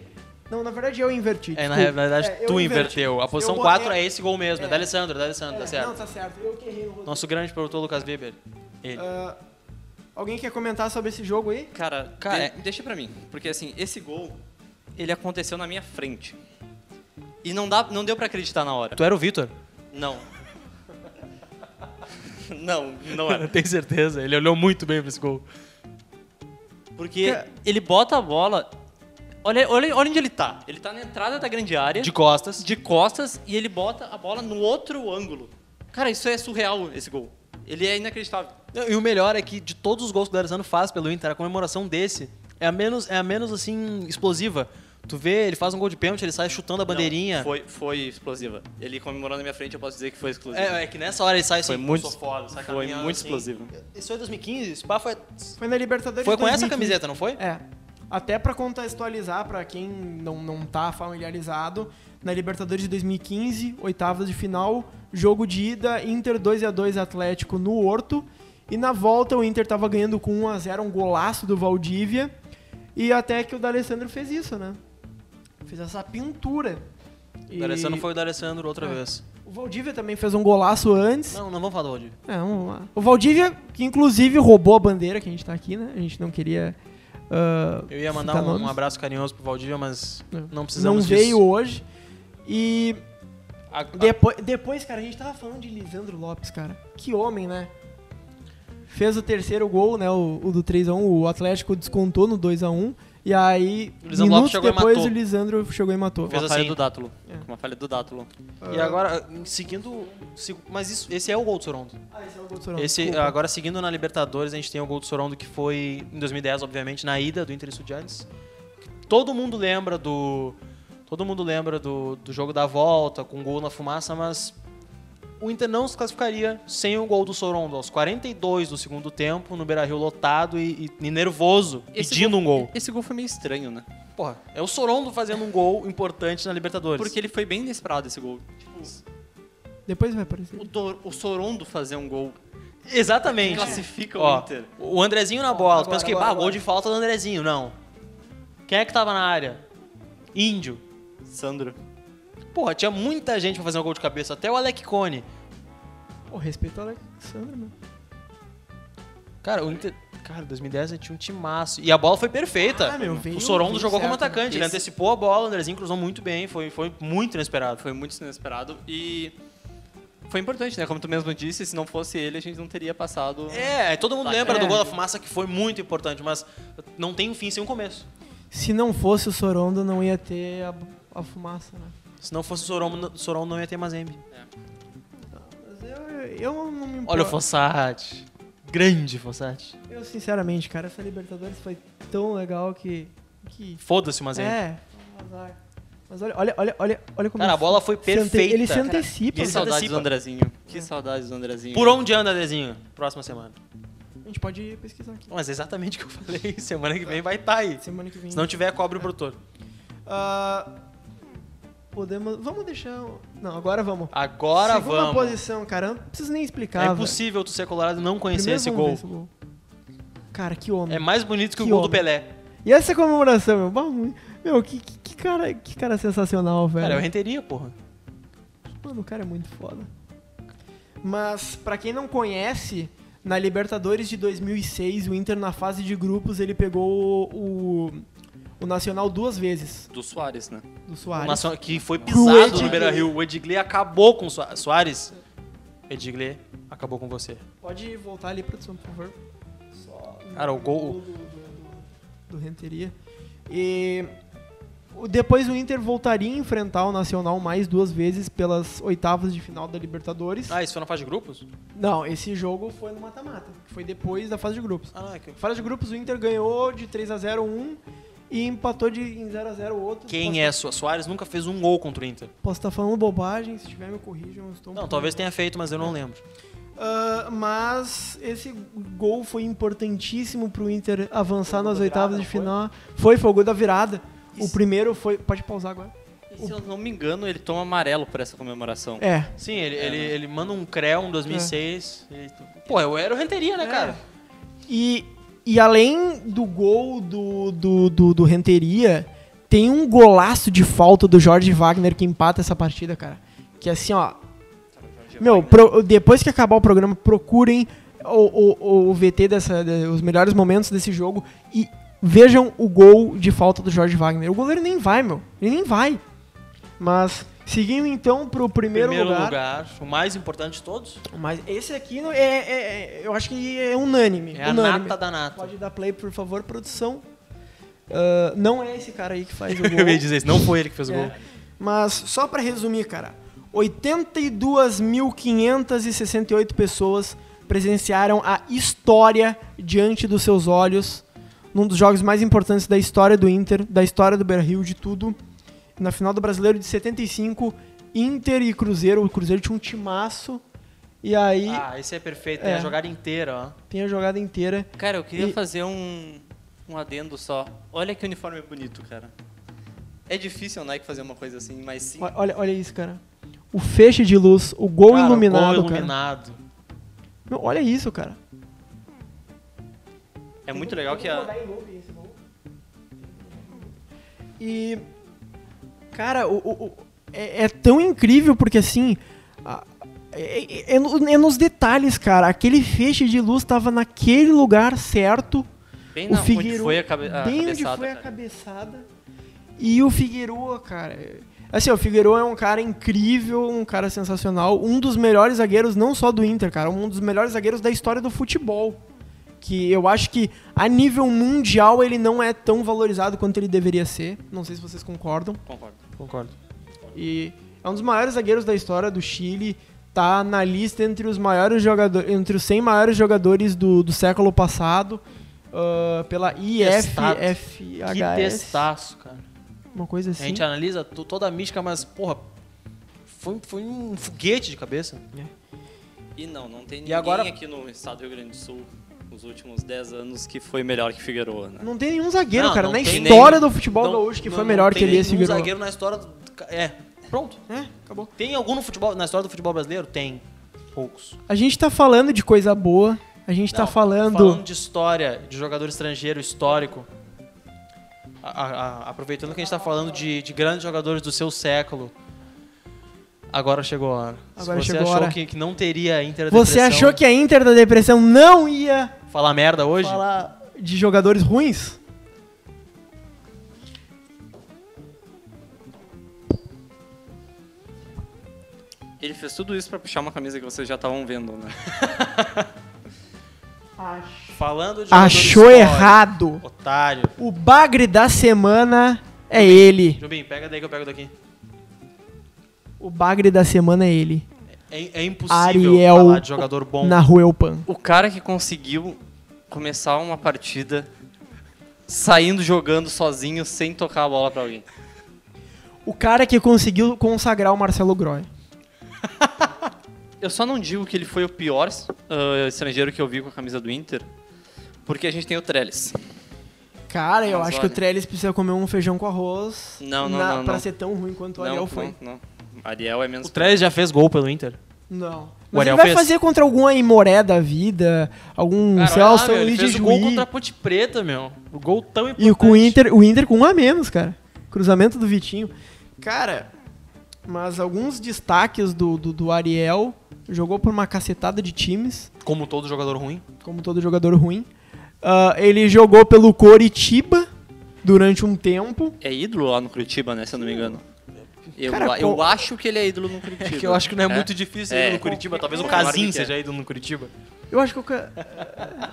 Speaker 1: Não, na verdade eu inverti.
Speaker 3: É, na
Speaker 1: desculpa.
Speaker 3: realidade,
Speaker 1: É, eu
Speaker 3: tu
Speaker 1: inverti.
Speaker 3: inverteu. A posição
Speaker 1: Eu botei-
Speaker 3: 4 é esse gol mesmo. É,
Speaker 1: É.
Speaker 3: da Alessandro, da Alessandro, tá
Speaker 1: É,
Speaker 3: certo.
Speaker 1: Não, tá certo. Eu que errei no roteiro.
Speaker 3: Nosso grande produtor Lucas Weber. Ele.
Speaker 1: Ah, alguém quer comentar sobre esse jogo aí?
Speaker 2: Cara,
Speaker 3: Cara,
Speaker 2: de- deixa pra mim. Porque assim, esse gol, ele aconteceu na minha frente. E não, dá, não deu pra acreditar na hora.
Speaker 3: Tu era o Vitor?
Speaker 2: Não. [LAUGHS] não, não é. era.
Speaker 3: [LAUGHS] Eu tenho certeza. Ele olhou muito bem pra esse gol.
Speaker 2: Porque
Speaker 1: Cara-
Speaker 2: ele bota a bola. Olha, olha, olha onde ele tá. Ele tá na entrada da grande área,
Speaker 3: De
Speaker 2: de,
Speaker 3: costas.
Speaker 2: costas, e ele bota a bola no outro ângulo. Cara, isso é surreal, esse gol. Ele é inacreditável.
Speaker 3: Não, E o melhor é que de todos os gols que o D'Alessandro faz pelo Inter, a comemoração desse é a menos, é a menos assim, explosiva. Tu vê, ele faz um gol de pênalti, ele sai chutando a bandeirinha.
Speaker 2: Não, foi, foi explosiva. Ele comemorou na minha frente, eu posso dizer que foi explosiva.
Speaker 3: é, é que nessa hora ele sai
Speaker 2: foi
Speaker 3: assim,
Speaker 2: muito,
Speaker 3: eu sou foda, sai
Speaker 2: foi
Speaker 3: caminhando
Speaker 2: muito
Speaker 3: assim.
Speaker 2: explosivo.
Speaker 3: Isso foi 2015? Esse pá foi...
Speaker 1: Foi na Libertadores
Speaker 3: Foi
Speaker 1: de
Speaker 3: com essa
Speaker 1: 2015.
Speaker 3: camiseta, não foi?
Speaker 1: É. Até pra contextualizar pra quem não, não tá familiarizado, na Libertadores de 2015, oitavas de final, jogo de ida, Inter 2 a 2 Atlético no Horto. E na volta o Inter tava ganhando com 1 a 0 um golaço do Valdívia. E até que o D'Alessandro fez isso, né? Fez essa pintura.
Speaker 3: O D'Alessandro foi o D'Alessandro outra
Speaker 1: É.
Speaker 3: vez.
Speaker 1: O Valdívia também fez um golaço antes.
Speaker 3: Não, não vamos falar do Valdir.
Speaker 1: É, vamos lá. O Valdívia, que inclusive roubou a bandeira que a gente tá aqui, né? A gente não queria. ah,
Speaker 3: Eu ia mandar
Speaker 1: citar
Speaker 3: um,
Speaker 1: nomes.
Speaker 3: um abraço carinhoso pro Valdívia, mas
Speaker 1: É.
Speaker 3: não precisamos
Speaker 1: Não
Speaker 3: disso. Ah.
Speaker 1: veio hoje. E
Speaker 3: A- a-
Speaker 1: depois, depois, cara, a gente tava falando de Lisandro Lopes, cara. Que homem, né? Fez o terceiro gol, né? O, o do 3x1. O Atlético descontou no 2x1. E aí,
Speaker 3: O Lisandro Lopes
Speaker 1: minutos
Speaker 3: chegou e
Speaker 1: depois,
Speaker 3: matou.
Speaker 1: o Lisandro chegou e matou.
Speaker 2: Com
Speaker 3: Fez
Speaker 2: a falha
Speaker 3: assim.
Speaker 2: do Dátulo.
Speaker 1: É.
Speaker 2: Com uma falha do Dátulo.
Speaker 3: E agora, seguindo... se- Mas isso, esse é o gol do Sorondo.
Speaker 1: Ah, esse é o gol do Sorão.
Speaker 3: Esse,
Speaker 1: Desculpa.
Speaker 3: agora, seguindo na Libertadores, a gente tem o gol do Sorondo que foi em 2010, obviamente, na ida do Inter Estudiantes. Todo mundo lembra do... Todo mundo lembra do, do jogo da volta, com gol na fumaça, mas o Inter não se classificaria sem o gol do Sorondo aos 42 do segundo tempo, no Beira-Rio lotado e, e- e nervoso, pedindo um gol.
Speaker 2: Esse gol foi meio estranho, né?
Speaker 3: Porra, é o Sorondo fazendo um gol importante na Libertadores.
Speaker 2: Porque ele foi bem inesperado esse gol. Tipo,
Speaker 1: Depois vai
Speaker 2: o,
Speaker 1: aparecer.
Speaker 2: Dor- o Sorondo fazer um gol
Speaker 3: Exatamente.
Speaker 2: classifica o
Speaker 3: Ó,
Speaker 2: Inter.
Speaker 3: o Andrezinho na bola.
Speaker 1: agora,
Speaker 3: Pensa que,
Speaker 1: agora,
Speaker 3: bah,
Speaker 1: agora."
Speaker 3: gol de falta do Andrezinho. Não. Quem é que tava na área? Índio.
Speaker 2: Sandro.
Speaker 3: Porra, tinha muita gente pra fazer um gol de cabeça. Até o Alec Cone.
Speaker 1: Pô, respeito ao Alexandre, mano.
Speaker 3: Cara, o Inter... Cara, 2010 tinha um timaço. E a bola foi perfeita.
Speaker 1: Ah, meu, veio-
Speaker 3: o Sorondo
Speaker 1: veio
Speaker 3: jogou como
Speaker 1: certo.
Speaker 3: atacante. Ele
Speaker 2: Esse-
Speaker 3: antecipou a bola, o Andrezinho cruzou muito bem. Foi, foi muito inesperado.
Speaker 2: Foi muito inesperado e foi importante, né? Como tu mesmo disse, se não fosse ele, a gente não teria passado.
Speaker 3: É, todo mundo
Speaker 2: Tá,
Speaker 3: lembra
Speaker 1: é.
Speaker 3: do gol da fumaça que foi muito importante, mas não tem um fim sem um começo.
Speaker 1: Se não fosse o Sorondo, não ia ter a, a fumaça, né?
Speaker 3: Se não fosse o Sorondo, Sorondo não ia ter Mazembe.
Speaker 1: Mas eu, eu não me importo.
Speaker 3: Olha o Fossati. Grande Fossati.
Speaker 1: Eu, sinceramente, cara, essa Libertadores foi tão legal que. que
Speaker 3: Foda-se o Mazembe.
Speaker 1: é, azar. Mas olha, olha, olha, olha, olha como
Speaker 3: Cara, a
Speaker 1: ele
Speaker 3: bola foi
Speaker 1: se
Speaker 3: perfeita.
Speaker 1: ante- Ele se
Speaker 3: cara.
Speaker 1: antecipa.
Speaker 2: Que
Speaker 3: Ele
Speaker 1: né?
Speaker 3: se
Speaker 2: saudades
Speaker 3: antecipa.
Speaker 2: do Andrezinho. Que saudades do Andrezinho.
Speaker 3: Por onde anda, Dezinho? Próxima semana.
Speaker 1: A gente pode pesquisar aqui.
Speaker 3: Mas é exatamente o que eu falei. [LAUGHS] Semana que vem vai estar aí.
Speaker 1: Semana que vem.
Speaker 3: Se não tiver, cobre o produtor.
Speaker 1: Ah, podemos. Vamos deixar. o- Não, agora vamos.
Speaker 3: Agora
Speaker 1: Segunda
Speaker 3: vamos.
Speaker 1: posição, cara. Eu não preciso nem explicar.
Speaker 3: É
Speaker 1: velho.
Speaker 3: impossível tu ser colorado e não
Speaker 1: Primeiro
Speaker 3: conhecer esse
Speaker 1: vamos ver
Speaker 3: gol.
Speaker 1: esse gol. Cara, que homem.
Speaker 3: É mais bonito
Speaker 1: Que
Speaker 3: que, o gol do
Speaker 1: homem.
Speaker 3: Pelé.
Speaker 1: E essa comemoração, meu. bah, mu- Meu, que, que, que cara, que cara sensacional, velho.
Speaker 3: Cara, eu renteria, porra.
Speaker 1: Mano, o cara é muito foda. Mas, pra quem não conhece, na Libertadores de 2006, o Inter, na fase de grupos, ele pegou o, o, o Nacional duas vezes,
Speaker 2: Do Soares, né?
Speaker 1: do
Speaker 3: O
Speaker 1: Soares.
Speaker 3: Nacional- que foi pisado
Speaker 1: Edgley.
Speaker 3: no Beira Rio. O Edgley acabou com o Soa- Soares. Edgley, acabou com você.
Speaker 1: Pode voltar ali, produção, por favor. um
Speaker 3: Cara, o
Speaker 1: Do,
Speaker 3: gol.
Speaker 1: do, do Renteria. E o- depois o Inter voltaria a enfrentar o Nacional mais duas vezes pelas oitavas de final da Libertadores.
Speaker 3: Ah, isso foi na fase de grupos?
Speaker 1: Não, esse jogo foi no mata-mata, que foi depois da fase de grupos.
Speaker 3: Ah, não, é que.
Speaker 1: Fora de grupos, o Inter ganhou de 3 a 0 um e empatou de, em 0 a 0 o outro.
Speaker 3: Quem é Soa- Soares nunca fez um gol contra o Inter.
Speaker 1: Posso estar falando bobagem, se tiver me corrijam, eu estou... um
Speaker 3: Não,
Speaker 1: pouco-
Speaker 3: talvez tenha feito, mas eu não lembro.
Speaker 1: Ah, mas esse gol foi importantíssimo pro Inter avançar nas oitavas de final. Foi, foi o gol da virada. O primeiro foi... Pode pausar agora.
Speaker 2: E se eu não me engano, ele toma amarelo por essa comemoração.
Speaker 1: É.
Speaker 3: Sim, ele, ele, ele manda um Creu em 2006. e- Pô, eu era o Renteria,
Speaker 1: É,
Speaker 3: né, cara?
Speaker 1: E, e além do gol do, do, do, do Renteria, tem um golaço de falta do Jorge Wagner que empata essa partida, cara. Que assim, ó. Meu, pro- depois que acabar o programa, procurem o, o, o VT, dessa, de- os melhores momentos desse jogo e vejam o gol de falta do Jorge Wagner. O goleiro nem vai, meu. Ele nem vai. Mas, seguindo então pro primeiro,
Speaker 3: Primeiro lugar.
Speaker 1: lugar.
Speaker 3: o mais importante de todos.
Speaker 1: Mas esse aqui não- é, é- é- eu acho que é unânime.
Speaker 3: É a
Speaker 1: unânime.
Speaker 3: nata da nata. [LAUGHS]
Speaker 1: Pode dar play, por favor, produção. Ah, não é esse cara aí que faz o gol.
Speaker 3: [LAUGHS] Eu ia dizer isso, não foi ele que fez o
Speaker 1: É.
Speaker 3: gol.
Speaker 1: Mas só pra resumir, cara, 82.568 pessoas presenciaram a história diante dos seus olhos num dos jogos mais importantes da história do Inter, da história do Beira-Rio, de tudo. Na final do Brasileiro de 75, Inter e Cruzeiro, o Cruzeiro tinha um timaço e aí
Speaker 3: Ah, esse é perfeito, tem
Speaker 1: É.
Speaker 3: a jogada inteira, ó.
Speaker 1: tem a jogada inteira.
Speaker 2: Cara, eu queria
Speaker 1: E-
Speaker 2: fazer um, um adendo só. Olha que uniforme bonito, cara. É difícil a Nike fazer uma coisa assim, mas sim.
Speaker 1: O- Olha, olha isso, cara. O feixe de luz, o gol
Speaker 3: Cara,
Speaker 1: iluminado,
Speaker 3: Gol
Speaker 1: cara.
Speaker 3: iluminado.
Speaker 1: Meu, olha isso, cara.
Speaker 2: É muito legal que a.
Speaker 1: E. Cara, o, o- o- é, é tão incrível porque assim. a- é, é- é no- é nos detalhes, cara. Aquele feixe de luz tava naquele lugar certo.
Speaker 2: Bem
Speaker 1: o
Speaker 2: na onde
Speaker 1: Figueiredo.
Speaker 2: foi a, cabe, a
Speaker 1: bem onde
Speaker 2: cabeçada.
Speaker 1: foi a
Speaker 2: cara.
Speaker 1: cabeçada. E o Figueiredo, cara. é- Assim, ó, o Figueiredo é um cara incrível, um cara sensacional. Um dos melhores zagueiros, não só do Inter, cara. Um dos melhores zagueiros da história do futebol. Que eu acho que a nível mundial ele não é tão valorizado quanto ele deveria ser. Não sei se vocês concordam.
Speaker 2: Concordo.
Speaker 3: Concordo.
Speaker 1: E é um dos maiores zagueiros da história do Chile. Tá na lista entre os maiores jogadores, entre os 100 maiores jogadores do, do século passado ah, pela
Speaker 3: Testado.
Speaker 1: IFFHS.
Speaker 3: Que testaço, cara.
Speaker 1: Uma coisa assim.
Speaker 3: A gente analisa tu- toda a mística, mas, porra, Foi, foi um foguete de cabeça.
Speaker 2: E não, não tem
Speaker 3: E
Speaker 2: ninguém
Speaker 3: agora-
Speaker 2: aqui no estado do Rio Grande do Sul nos últimos 10 anos que foi melhor que Figueroa, né?
Speaker 1: Não tem nenhum zagueiro,
Speaker 3: Não,
Speaker 1: cara,
Speaker 3: não
Speaker 1: na
Speaker 3: tem
Speaker 1: história
Speaker 3: nem-
Speaker 1: do futebol
Speaker 3: Não-
Speaker 1: gaúcho que
Speaker 3: não-
Speaker 1: foi melhor
Speaker 3: não
Speaker 1: que
Speaker 3: tem
Speaker 1: ele esse
Speaker 3: nenhum
Speaker 1: virou.
Speaker 3: zagueiro na história. do- É, pronto.
Speaker 1: É, acabou.
Speaker 3: Tem algum no futebol, na história do futebol brasileiro? Tem. Poucos.
Speaker 1: A gente tá falando de coisa boa, a gente tá
Speaker 3: Não,
Speaker 1: falando...
Speaker 3: Falando de história, de jogador estrangeiro histórico. a- a- a- aproveitando que a gente tá falando de, de grandes jogadores do seu século. Agora chegou a hora.
Speaker 1: Agora
Speaker 3: Se você
Speaker 1: chegou a
Speaker 3: achou
Speaker 1: hora.
Speaker 3: Que, que não teria Inter da
Speaker 1: Você
Speaker 3: depressão,
Speaker 1: achou que a Inter da Depressão não ia
Speaker 3: Falar merda hoje?
Speaker 1: falar de jogadores ruins?
Speaker 2: Ele fez tudo isso pra puxar uma camisa que vocês já estavam vendo, né?
Speaker 3: Falando de jogador
Speaker 1: Achou
Speaker 3: histórico,
Speaker 1: errado.
Speaker 3: Otário.
Speaker 1: O bagre da semana é ele.
Speaker 3: Jobim, pega daí que eu pego daqui.
Speaker 1: O bagre da semana é ele.
Speaker 3: É, é impossível
Speaker 1: Ariel
Speaker 3: falar de jogador bom.
Speaker 1: Na rua é Elpan.
Speaker 2: O cara que conseguiu começar uma partida saindo jogando sozinho sem tocar a bola pra alguém.
Speaker 1: O cara que conseguiu consagrar o Marcelo Groy.
Speaker 2: Eu só não digo que ele foi o pior ah, estrangeiro que eu vi com a camisa do Inter, porque a gente tem o Trellis.
Speaker 1: Cara, eu
Speaker 2: Mas
Speaker 1: acho que
Speaker 2: olha.
Speaker 1: o Trellis precisa comer um feijão com arroz
Speaker 2: Não, não, não,
Speaker 1: pra
Speaker 2: não.
Speaker 1: ser tão ruim quanto o
Speaker 2: não,
Speaker 1: Ariel foi.
Speaker 2: Não, não. Ariel é menos.
Speaker 3: O Trellis já fez gol pelo Inter.
Speaker 1: Não.
Speaker 3: O
Speaker 1: Mas
Speaker 3: Ariel
Speaker 1: ele vai
Speaker 3: fez.
Speaker 1: fazer contra algum Aimoré da vida, algum,
Speaker 3: Cara,
Speaker 1: sei
Speaker 3: olha
Speaker 1: lá, o
Speaker 3: lá,
Speaker 1: São
Speaker 3: meu, ele
Speaker 1: Luís de
Speaker 3: fez o gol
Speaker 1: Juiz.
Speaker 3: contra a Ponte Preta, meu. O gol tão importante.
Speaker 1: E com o Inter, o Inter com um a menos, cara. Cruzamento do Vitinho. Cara, mas alguns destaques do, do, do Ariel. Jogou por uma cacetada de times,
Speaker 3: Como todo jogador ruim.
Speaker 1: como todo jogador ruim. Ah, ele jogou pelo Coritiba durante um tempo.
Speaker 2: É ídolo lá no Curitiba, né? Se eu não me engano. Eu,
Speaker 1: Cara,
Speaker 2: eu
Speaker 1: pô-
Speaker 2: acho que ele é ídolo no Curitiba.
Speaker 3: É que eu acho que não é, muito difícil
Speaker 2: É.
Speaker 3: ir no Curitiba. Talvez o
Speaker 2: Claro
Speaker 3: Casim
Speaker 2: que é.
Speaker 3: seja ido no Curitiba.
Speaker 1: Eu acho que eu, ca-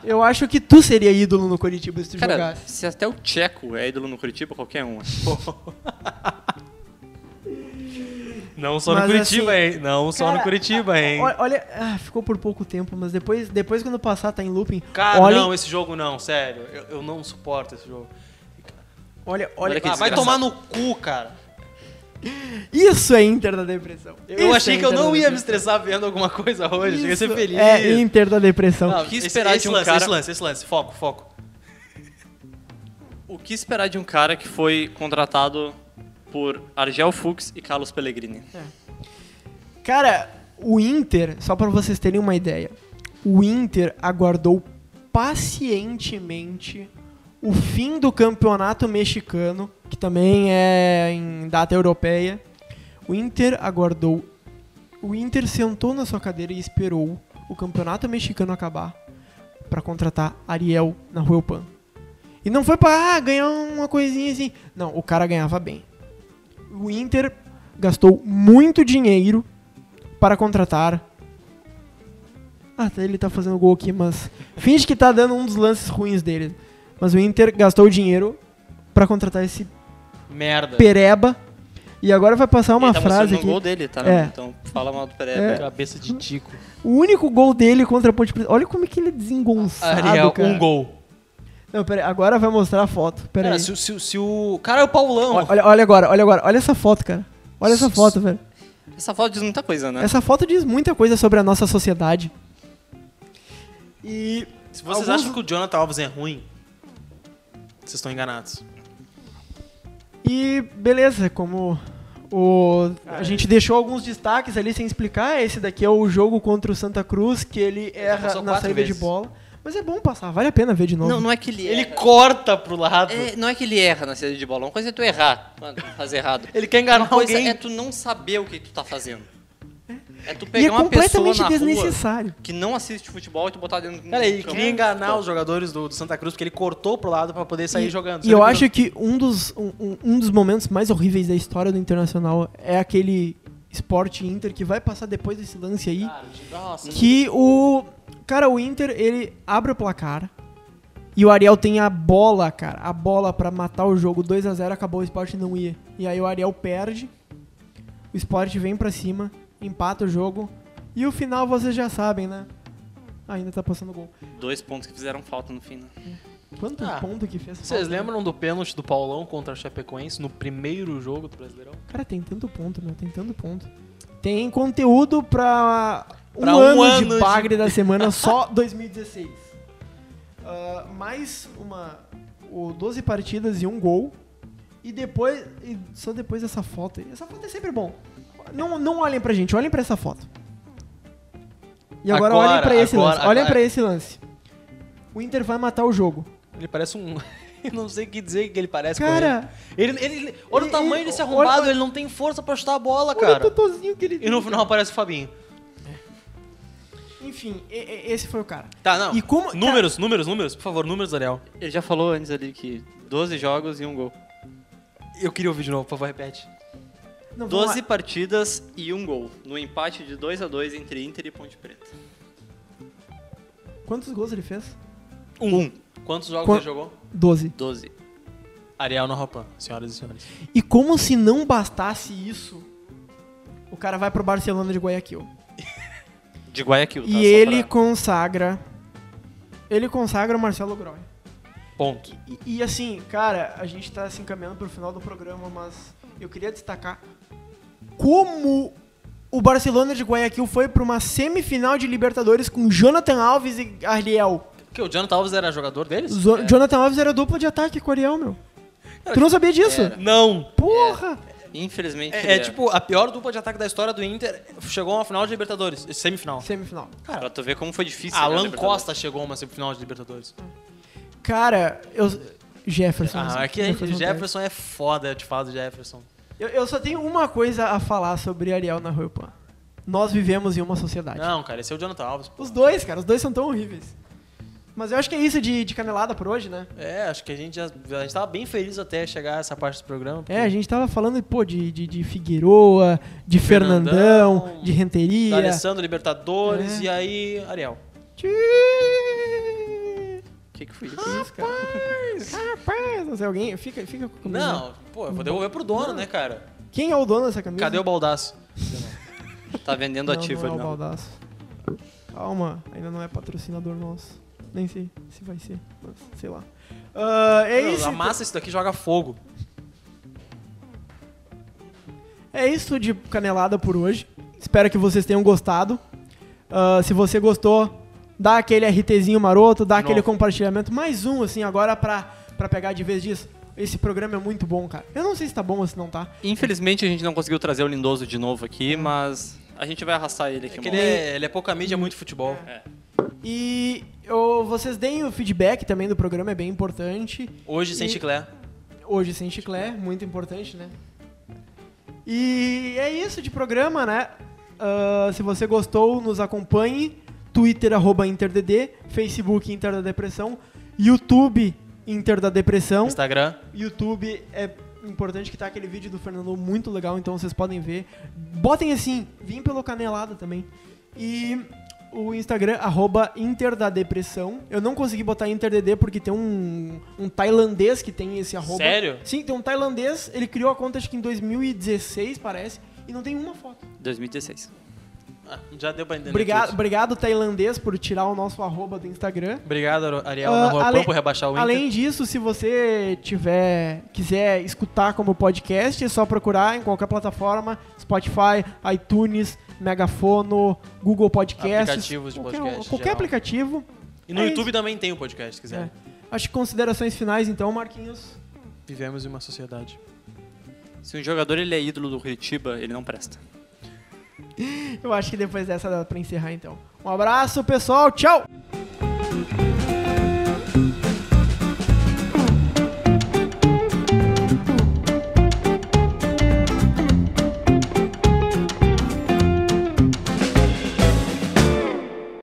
Speaker 1: eu acho que tu seria ídolo no Coritiba se tu
Speaker 2: Cara,
Speaker 1: jogasse.
Speaker 2: se até o Tcheco é ídolo no Curitiba, qualquer um.
Speaker 3: Não só
Speaker 1: Mas,
Speaker 3: no Curitiba,
Speaker 1: assim,
Speaker 3: hein? Não só no
Speaker 1: cara,
Speaker 3: Curitiba, hein?
Speaker 1: Olha, olha- ah, ficou por pouco tempo, mas depois, depois quando passar tá em looping.
Speaker 3: Cara,
Speaker 1: olhem,
Speaker 3: não, esse jogo não, sério. Eu, eu não suporto esse jogo.
Speaker 1: olha, olha,
Speaker 2: Olha que
Speaker 3: Ah, vai
Speaker 2: desgraçado.
Speaker 3: tomar no cu, cara.
Speaker 1: Isso é Inter da depressão.
Speaker 3: Eu
Speaker 1: Isso
Speaker 3: achei
Speaker 1: é
Speaker 3: que eu
Speaker 1: Inter
Speaker 3: não
Speaker 1: da
Speaker 3: ia me
Speaker 1: depressão.
Speaker 3: estressar vendo alguma coisa hoje. Cheguei a ser
Speaker 1: Isso
Speaker 3: feliz.
Speaker 1: É Inter da depressão.
Speaker 3: Não,
Speaker 2: O que
Speaker 3: esse-
Speaker 2: esperar
Speaker 3: esse
Speaker 2: de um
Speaker 3: lance,
Speaker 2: cara-
Speaker 3: Esse lance, esse lance. Foco, foco.
Speaker 2: O que esperar de um cara que foi contratado por Argel Fuchs e Carlos Pellegrini?
Speaker 1: Cara, o Inter, só pra vocês terem uma ideia, o Inter aguardou pacientemente o fim do campeonato mexicano, que também é em data europeia. O Inter aguardou. O Inter sentou na sua cadeira e esperou o campeonato mexicano acabar pra contratar Ariel na Pan. E não foi pra ah, ganhar uma coisinha assim. Não, o cara ganhava bem. O Inter gastou muito dinheiro para contratar. Ah, tá, ele tá fazendo gol aqui, mas. Finge que tá dando um dos lances ruins dele. Mas o Inter gastou dinheiro para contratar esse
Speaker 3: Merda.
Speaker 1: pereba. E agora vai passar uma
Speaker 2: ele tá
Speaker 1: frase
Speaker 2: mostrando
Speaker 1: aqui.
Speaker 2: o gol dele, tá?
Speaker 1: É.
Speaker 2: Então fala mal do Pereira.
Speaker 1: É.
Speaker 3: Cabeça de tico.
Speaker 1: O único gol dele contra a Ponte Preta. Olha como é que ele é desengonçado,
Speaker 3: Ariel,
Speaker 1: cara.
Speaker 3: um gol.
Speaker 1: Não, pera aí, agora vai mostrar a foto. Pera
Speaker 3: Cara,
Speaker 1: aí.
Speaker 3: se, o- se o- se o. Cara, é o Paulão.
Speaker 1: Olha, olha- olha agora, olha agora. Olha essa foto, cara. Olha essa foto, velho.
Speaker 2: Essa foto diz muita coisa, né?
Speaker 1: Essa foto diz muita coisa sobre a nossa sociedade. E
Speaker 3: Se vocês
Speaker 1: Alguns-
Speaker 3: acham que o Jonathan Alves é ruim, vocês estão enganados.
Speaker 1: E beleza, como o, a gente deixou alguns destaques ali sem explicar, esse daqui é o jogo contra o Santa Cruz, que ele erra
Speaker 3: passou
Speaker 1: na
Speaker 3: quatro
Speaker 1: saída
Speaker 3: vezes.
Speaker 1: de bola. Mas é bom passar, vale a pena ver de novo.
Speaker 2: Não, não é que ele,
Speaker 3: Ele
Speaker 2: erra.
Speaker 3: corta pro lado.
Speaker 2: É, não é que ele erra na saída de bola. Uma coisa é tu errar, mano, fazer errado.
Speaker 3: Ele quer
Speaker 2: Uma
Speaker 3: enganar
Speaker 2: coisa
Speaker 3: alguém.
Speaker 2: é tu não saber o que tu tá fazendo. É tu pegar
Speaker 1: e é
Speaker 2: uma pessoa
Speaker 1: completamente
Speaker 2: na rua
Speaker 1: desnecessário.
Speaker 2: que não assiste futebol e tu botar dentro
Speaker 3: Cara, ele queria enganar
Speaker 2: os
Speaker 3: os jogadores do, do Santa Cruz, porque ele cortou pro lado pra poder sair
Speaker 1: E-
Speaker 3: jogando.
Speaker 1: E eu acho que um dos, um, um- um dos momentos mais horríveis da história do Internacional é aquele esporte Inter que vai passar depois desse lance aí.
Speaker 3: Nossa,
Speaker 1: Que o. Cara, o Inter, ele abre o placar. E o Ariel tem a bola, cara. A bola pra matar o jogo. 2 a 0 acabou o esporte não ia. E aí o Ariel perde. O esporte vem pra cima. Empata o jogo. E o final vocês já sabem, né? Ainda tá passando gol.
Speaker 2: Dois pontos que fizeram falta no fim, né?
Speaker 1: Quantos
Speaker 3: Ah,
Speaker 1: pontos que fez?
Speaker 3: Vocês
Speaker 1: falta?
Speaker 3: lembram do pênalti do Paulão contra a Chapecoense no primeiro jogo do Brasileirão?
Speaker 1: Cara, tem tanto ponto, meu, tem tanto ponto. Tem conteúdo pra um,
Speaker 3: Pra um
Speaker 1: ano,
Speaker 3: ano
Speaker 1: de
Speaker 3: de-
Speaker 1: bagre da semana,
Speaker 3: [LAUGHS]
Speaker 1: só 2016. Ah, mais uma. O 12 partidas e um gol. E depois. E só depois essa foto. aí. Essa foto é sempre bom. Não, não olhem pra gente, olhem pra essa foto. E agora,
Speaker 3: Agora,
Speaker 1: olhem pra esse
Speaker 3: agora,
Speaker 1: lance. Olhem
Speaker 3: agora.
Speaker 1: pra esse lance. O Inter vai matar o jogo.
Speaker 3: Ele parece um. [LAUGHS] Eu não sei o que dizer que ele parece.
Speaker 1: Cara,
Speaker 3: correndo. ele, ele, ele- olha
Speaker 1: ele-
Speaker 3: o tamanho
Speaker 1: ele-
Speaker 3: desse
Speaker 1: olha-
Speaker 3: arrombado, ele não tem força pra chutar a bola,
Speaker 1: olha o
Speaker 3: cara.
Speaker 1: totozinho que ele
Speaker 3: E no final aparece o Fabinho.
Speaker 1: Enfim, e- e- esse foi o cara.
Speaker 3: Tá, não.
Speaker 1: E como-
Speaker 3: Números, números, números, por favor, números, Ariel.
Speaker 2: Ele já falou antes ali que 12 jogos e um gol.
Speaker 3: Eu queria ouvir de novo, por favor, repete.
Speaker 1: Não, vamos
Speaker 2: 12
Speaker 1: lá.
Speaker 2: partidas e um gol. No empate de 2 a 2 entre Inter e Ponte Preta.
Speaker 1: Quantos gols ele fez?
Speaker 3: Um. Quantos jogos
Speaker 1: Qua-
Speaker 3: ele jogou?
Speaker 1: 12.
Speaker 2: 12.
Speaker 3: Ariel na Ropan, senhoras e senhores.
Speaker 1: E como se não bastasse isso, o cara vai pro Barcelona de Guayaquil.
Speaker 2: De Guayaquil, tá? Só
Speaker 1: e ele
Speaker 2: pra-
Speaker 1: consagra. Ele consagra o Marcelo Groy.
Speaker 3: Ponto.
Speaker 1: E, e assim, cara, a gente tá se encaminhando pro final do programa, mas eu queria destacar como o Barcelona de Guayaquil foi pra uma semifinal de Libertadores com Jonathan Alves e Ariel.
Speaker 3: Porque o Jonathan Alves era jogador deles?
Speaker 1: Zo-
Speaker 2: É.
Speaker 1: Jonathan Alves era dupla de ataque com o Ariel, meu. Tu não sabia disso?
Speaker 2: Era.
Speaker 3: Não.
Speaker 1: Porra!
Speaker 2: Infelizmente. ele
Speaker 3: É, é tipo a pior dupla de ataque da história do Inter. Chegou a uma final de Libertadores,
Speaker 2: É.
Speaker 3: semifinal.
Speaker 1: Semifinal.
Speaker 2: Pra tu ver como foi difícil. né,
Speaker 3: Alan
Speaker 2: Libertadores.
Speaker 3: Costa chegou a uma semifinal de Libertadores.
Speaker 1: Cara, eu. Jefferson.
Speaker 3: Ah,
Speaker 1: assim,
Speaker 3: aqui é,
Speaker 1: Pérez.
Speaker 3: Jefferson é foda, eu te falo do Jefferson.
Speaker 1: Eu, eu só tenho uma coisa a falar sobre Ariel na Rua Pan. Nós vivemos em uma sociedade.
Speaker 3: Não, cara, esse é o Jonathan Alves. pô.
Speaker 1: Os dois, cara, os dois são tão horríveis. Mas eu acho que é isso de, de canelada por hoje, né?
Speaker 3: É, acho que a gente já. A gente tava bem feliz até chegar a essa parte do programa. porque
Speaker 1: É, a gente tava falando, pô, de, de, de Figueroa, de Fernandão,
Speaker 3: Fernandão,
Speaker 1: de Renteria.
Speaker 3: Alessandro Libertadores
Speaker 1: É.
Speaker 3: e aí, Ariel.
Speaker 1: Tchê!
Speaker 2: O que, que foi isso?
Speaker 1: Rapaz, rapaz, não sei, alguém, fica, fica com a camisa.
Speaker 3: Não, pô, eu vou devolver pro dono, né, cara?
Speaker 1: Quem é o dono dessa camisa?
Speaker 3: Cadê o baldaço?
Speaker 2: Tá vendendo
Speaker 1: não,
Speaker 2: ativo
Speaker 1: não é
Speaker 2: ali.
Speaker 1: o
Speaker 2: não.
Speaker 1: Baldaço. Calma, ainda não é patrocinador nosso. Nem sei se vai ser, mas sei lá. Ah, é, isso,
Speaker 3: Amassa isso daqui e joga fogo.
Speaker 1: é isso de canelada por hoje. Espero que vocês tenham gostado. Ah, se você gostou, dá aquele RTzinho maroto, dá aquele
Speaker 3: novo.
Speaker 1: compartilhamento. Mais um, assim, agora pra, pra pegar de vez disso. Esse programa é muito bom, cara. Eu não sei se tá bom ou se não tá.
Speaker 2: Infelizmente a gente não conseguiu trazer o Lindoso de novo aqui, mas a gente vai arrastar ele aqui. uma
Speaker 3: É que ele,
Speaker 2: hora.
Speaker 3: é, ele é pouca mídia, muito futebol.
Speaker 2: É.
Speaker 1: E eu- vocês deem o feedback também do programa, é bem importante.
Speaker 3: Hoje sem
Speaker 1: E-
Speaker 3: chiclé.
Speaker 1: Hoje sem chiclé, muito importante, né? E é isso de programa, né? Ah, se você gostou, nos acompanhe. Twitter, arroba InterDD. Facebook, Inter da Depressão. YouTube, Inter da Depressão.
Speaker 3: Instagram.
Speaker 1: YouTube é importante que tá aquele vídeo do Fernando muito legal, então vocês podem ver. Botem assim, vim pelo Canelada também. E o Instagram, arroba Inter da Depressão. Eu não consegui botar InterDD porque tem um, um tailandês que tem esse arroba.
Speaker 3: Sério?
Speaker 1: Sim, tem um tailandês, ele criou a conta acho que em 2016, parece, e não tem uma foto.
Speaker 2: 2016.
Speaker 3: Ah, já deu pra entender.
Speaker 1: Obrigado,
Speaker 3: tudo.
Speaker 1: obrigado tailandês, por tirar o nosso arroba do Instagram.
Speaker 3: Obrigado, Aro- Ariel,
Speaker 1: Ah,
Speaker 3: na Rua
Speaker 1: além-
Speaker 3: Pampa, por rebaixar o Inter.
Speaker 1: Além disso, se você tiver quiser escutar como podcast, é só procurar em qualquer plataforma, Spotify, iTunes, Megafono, Google Podcasts,
Speaker 3: Aplicativos de
Speaker 1: qualquer, um,
Speaker 3: podcast,
Speaker 1: qualquer
Speaker 3: geral.
Speaker 1: aplicativo.
Speaker 3: e no
Speaker 1: é
Speaker 3: YouTube também tem o podcast, se quiser.
Speaker 1: É. Acho que considerações finais, então, Marquinhos.
Speaker 3: Vivemos em uma sociedade.
Speaker 2: Se um jogador ele é ídolo do Curitiba, ele não presta.
Speaker 1: Eu acho que depois dessa dá pra encerrar, então. Um abraço, pessoal. Tchau!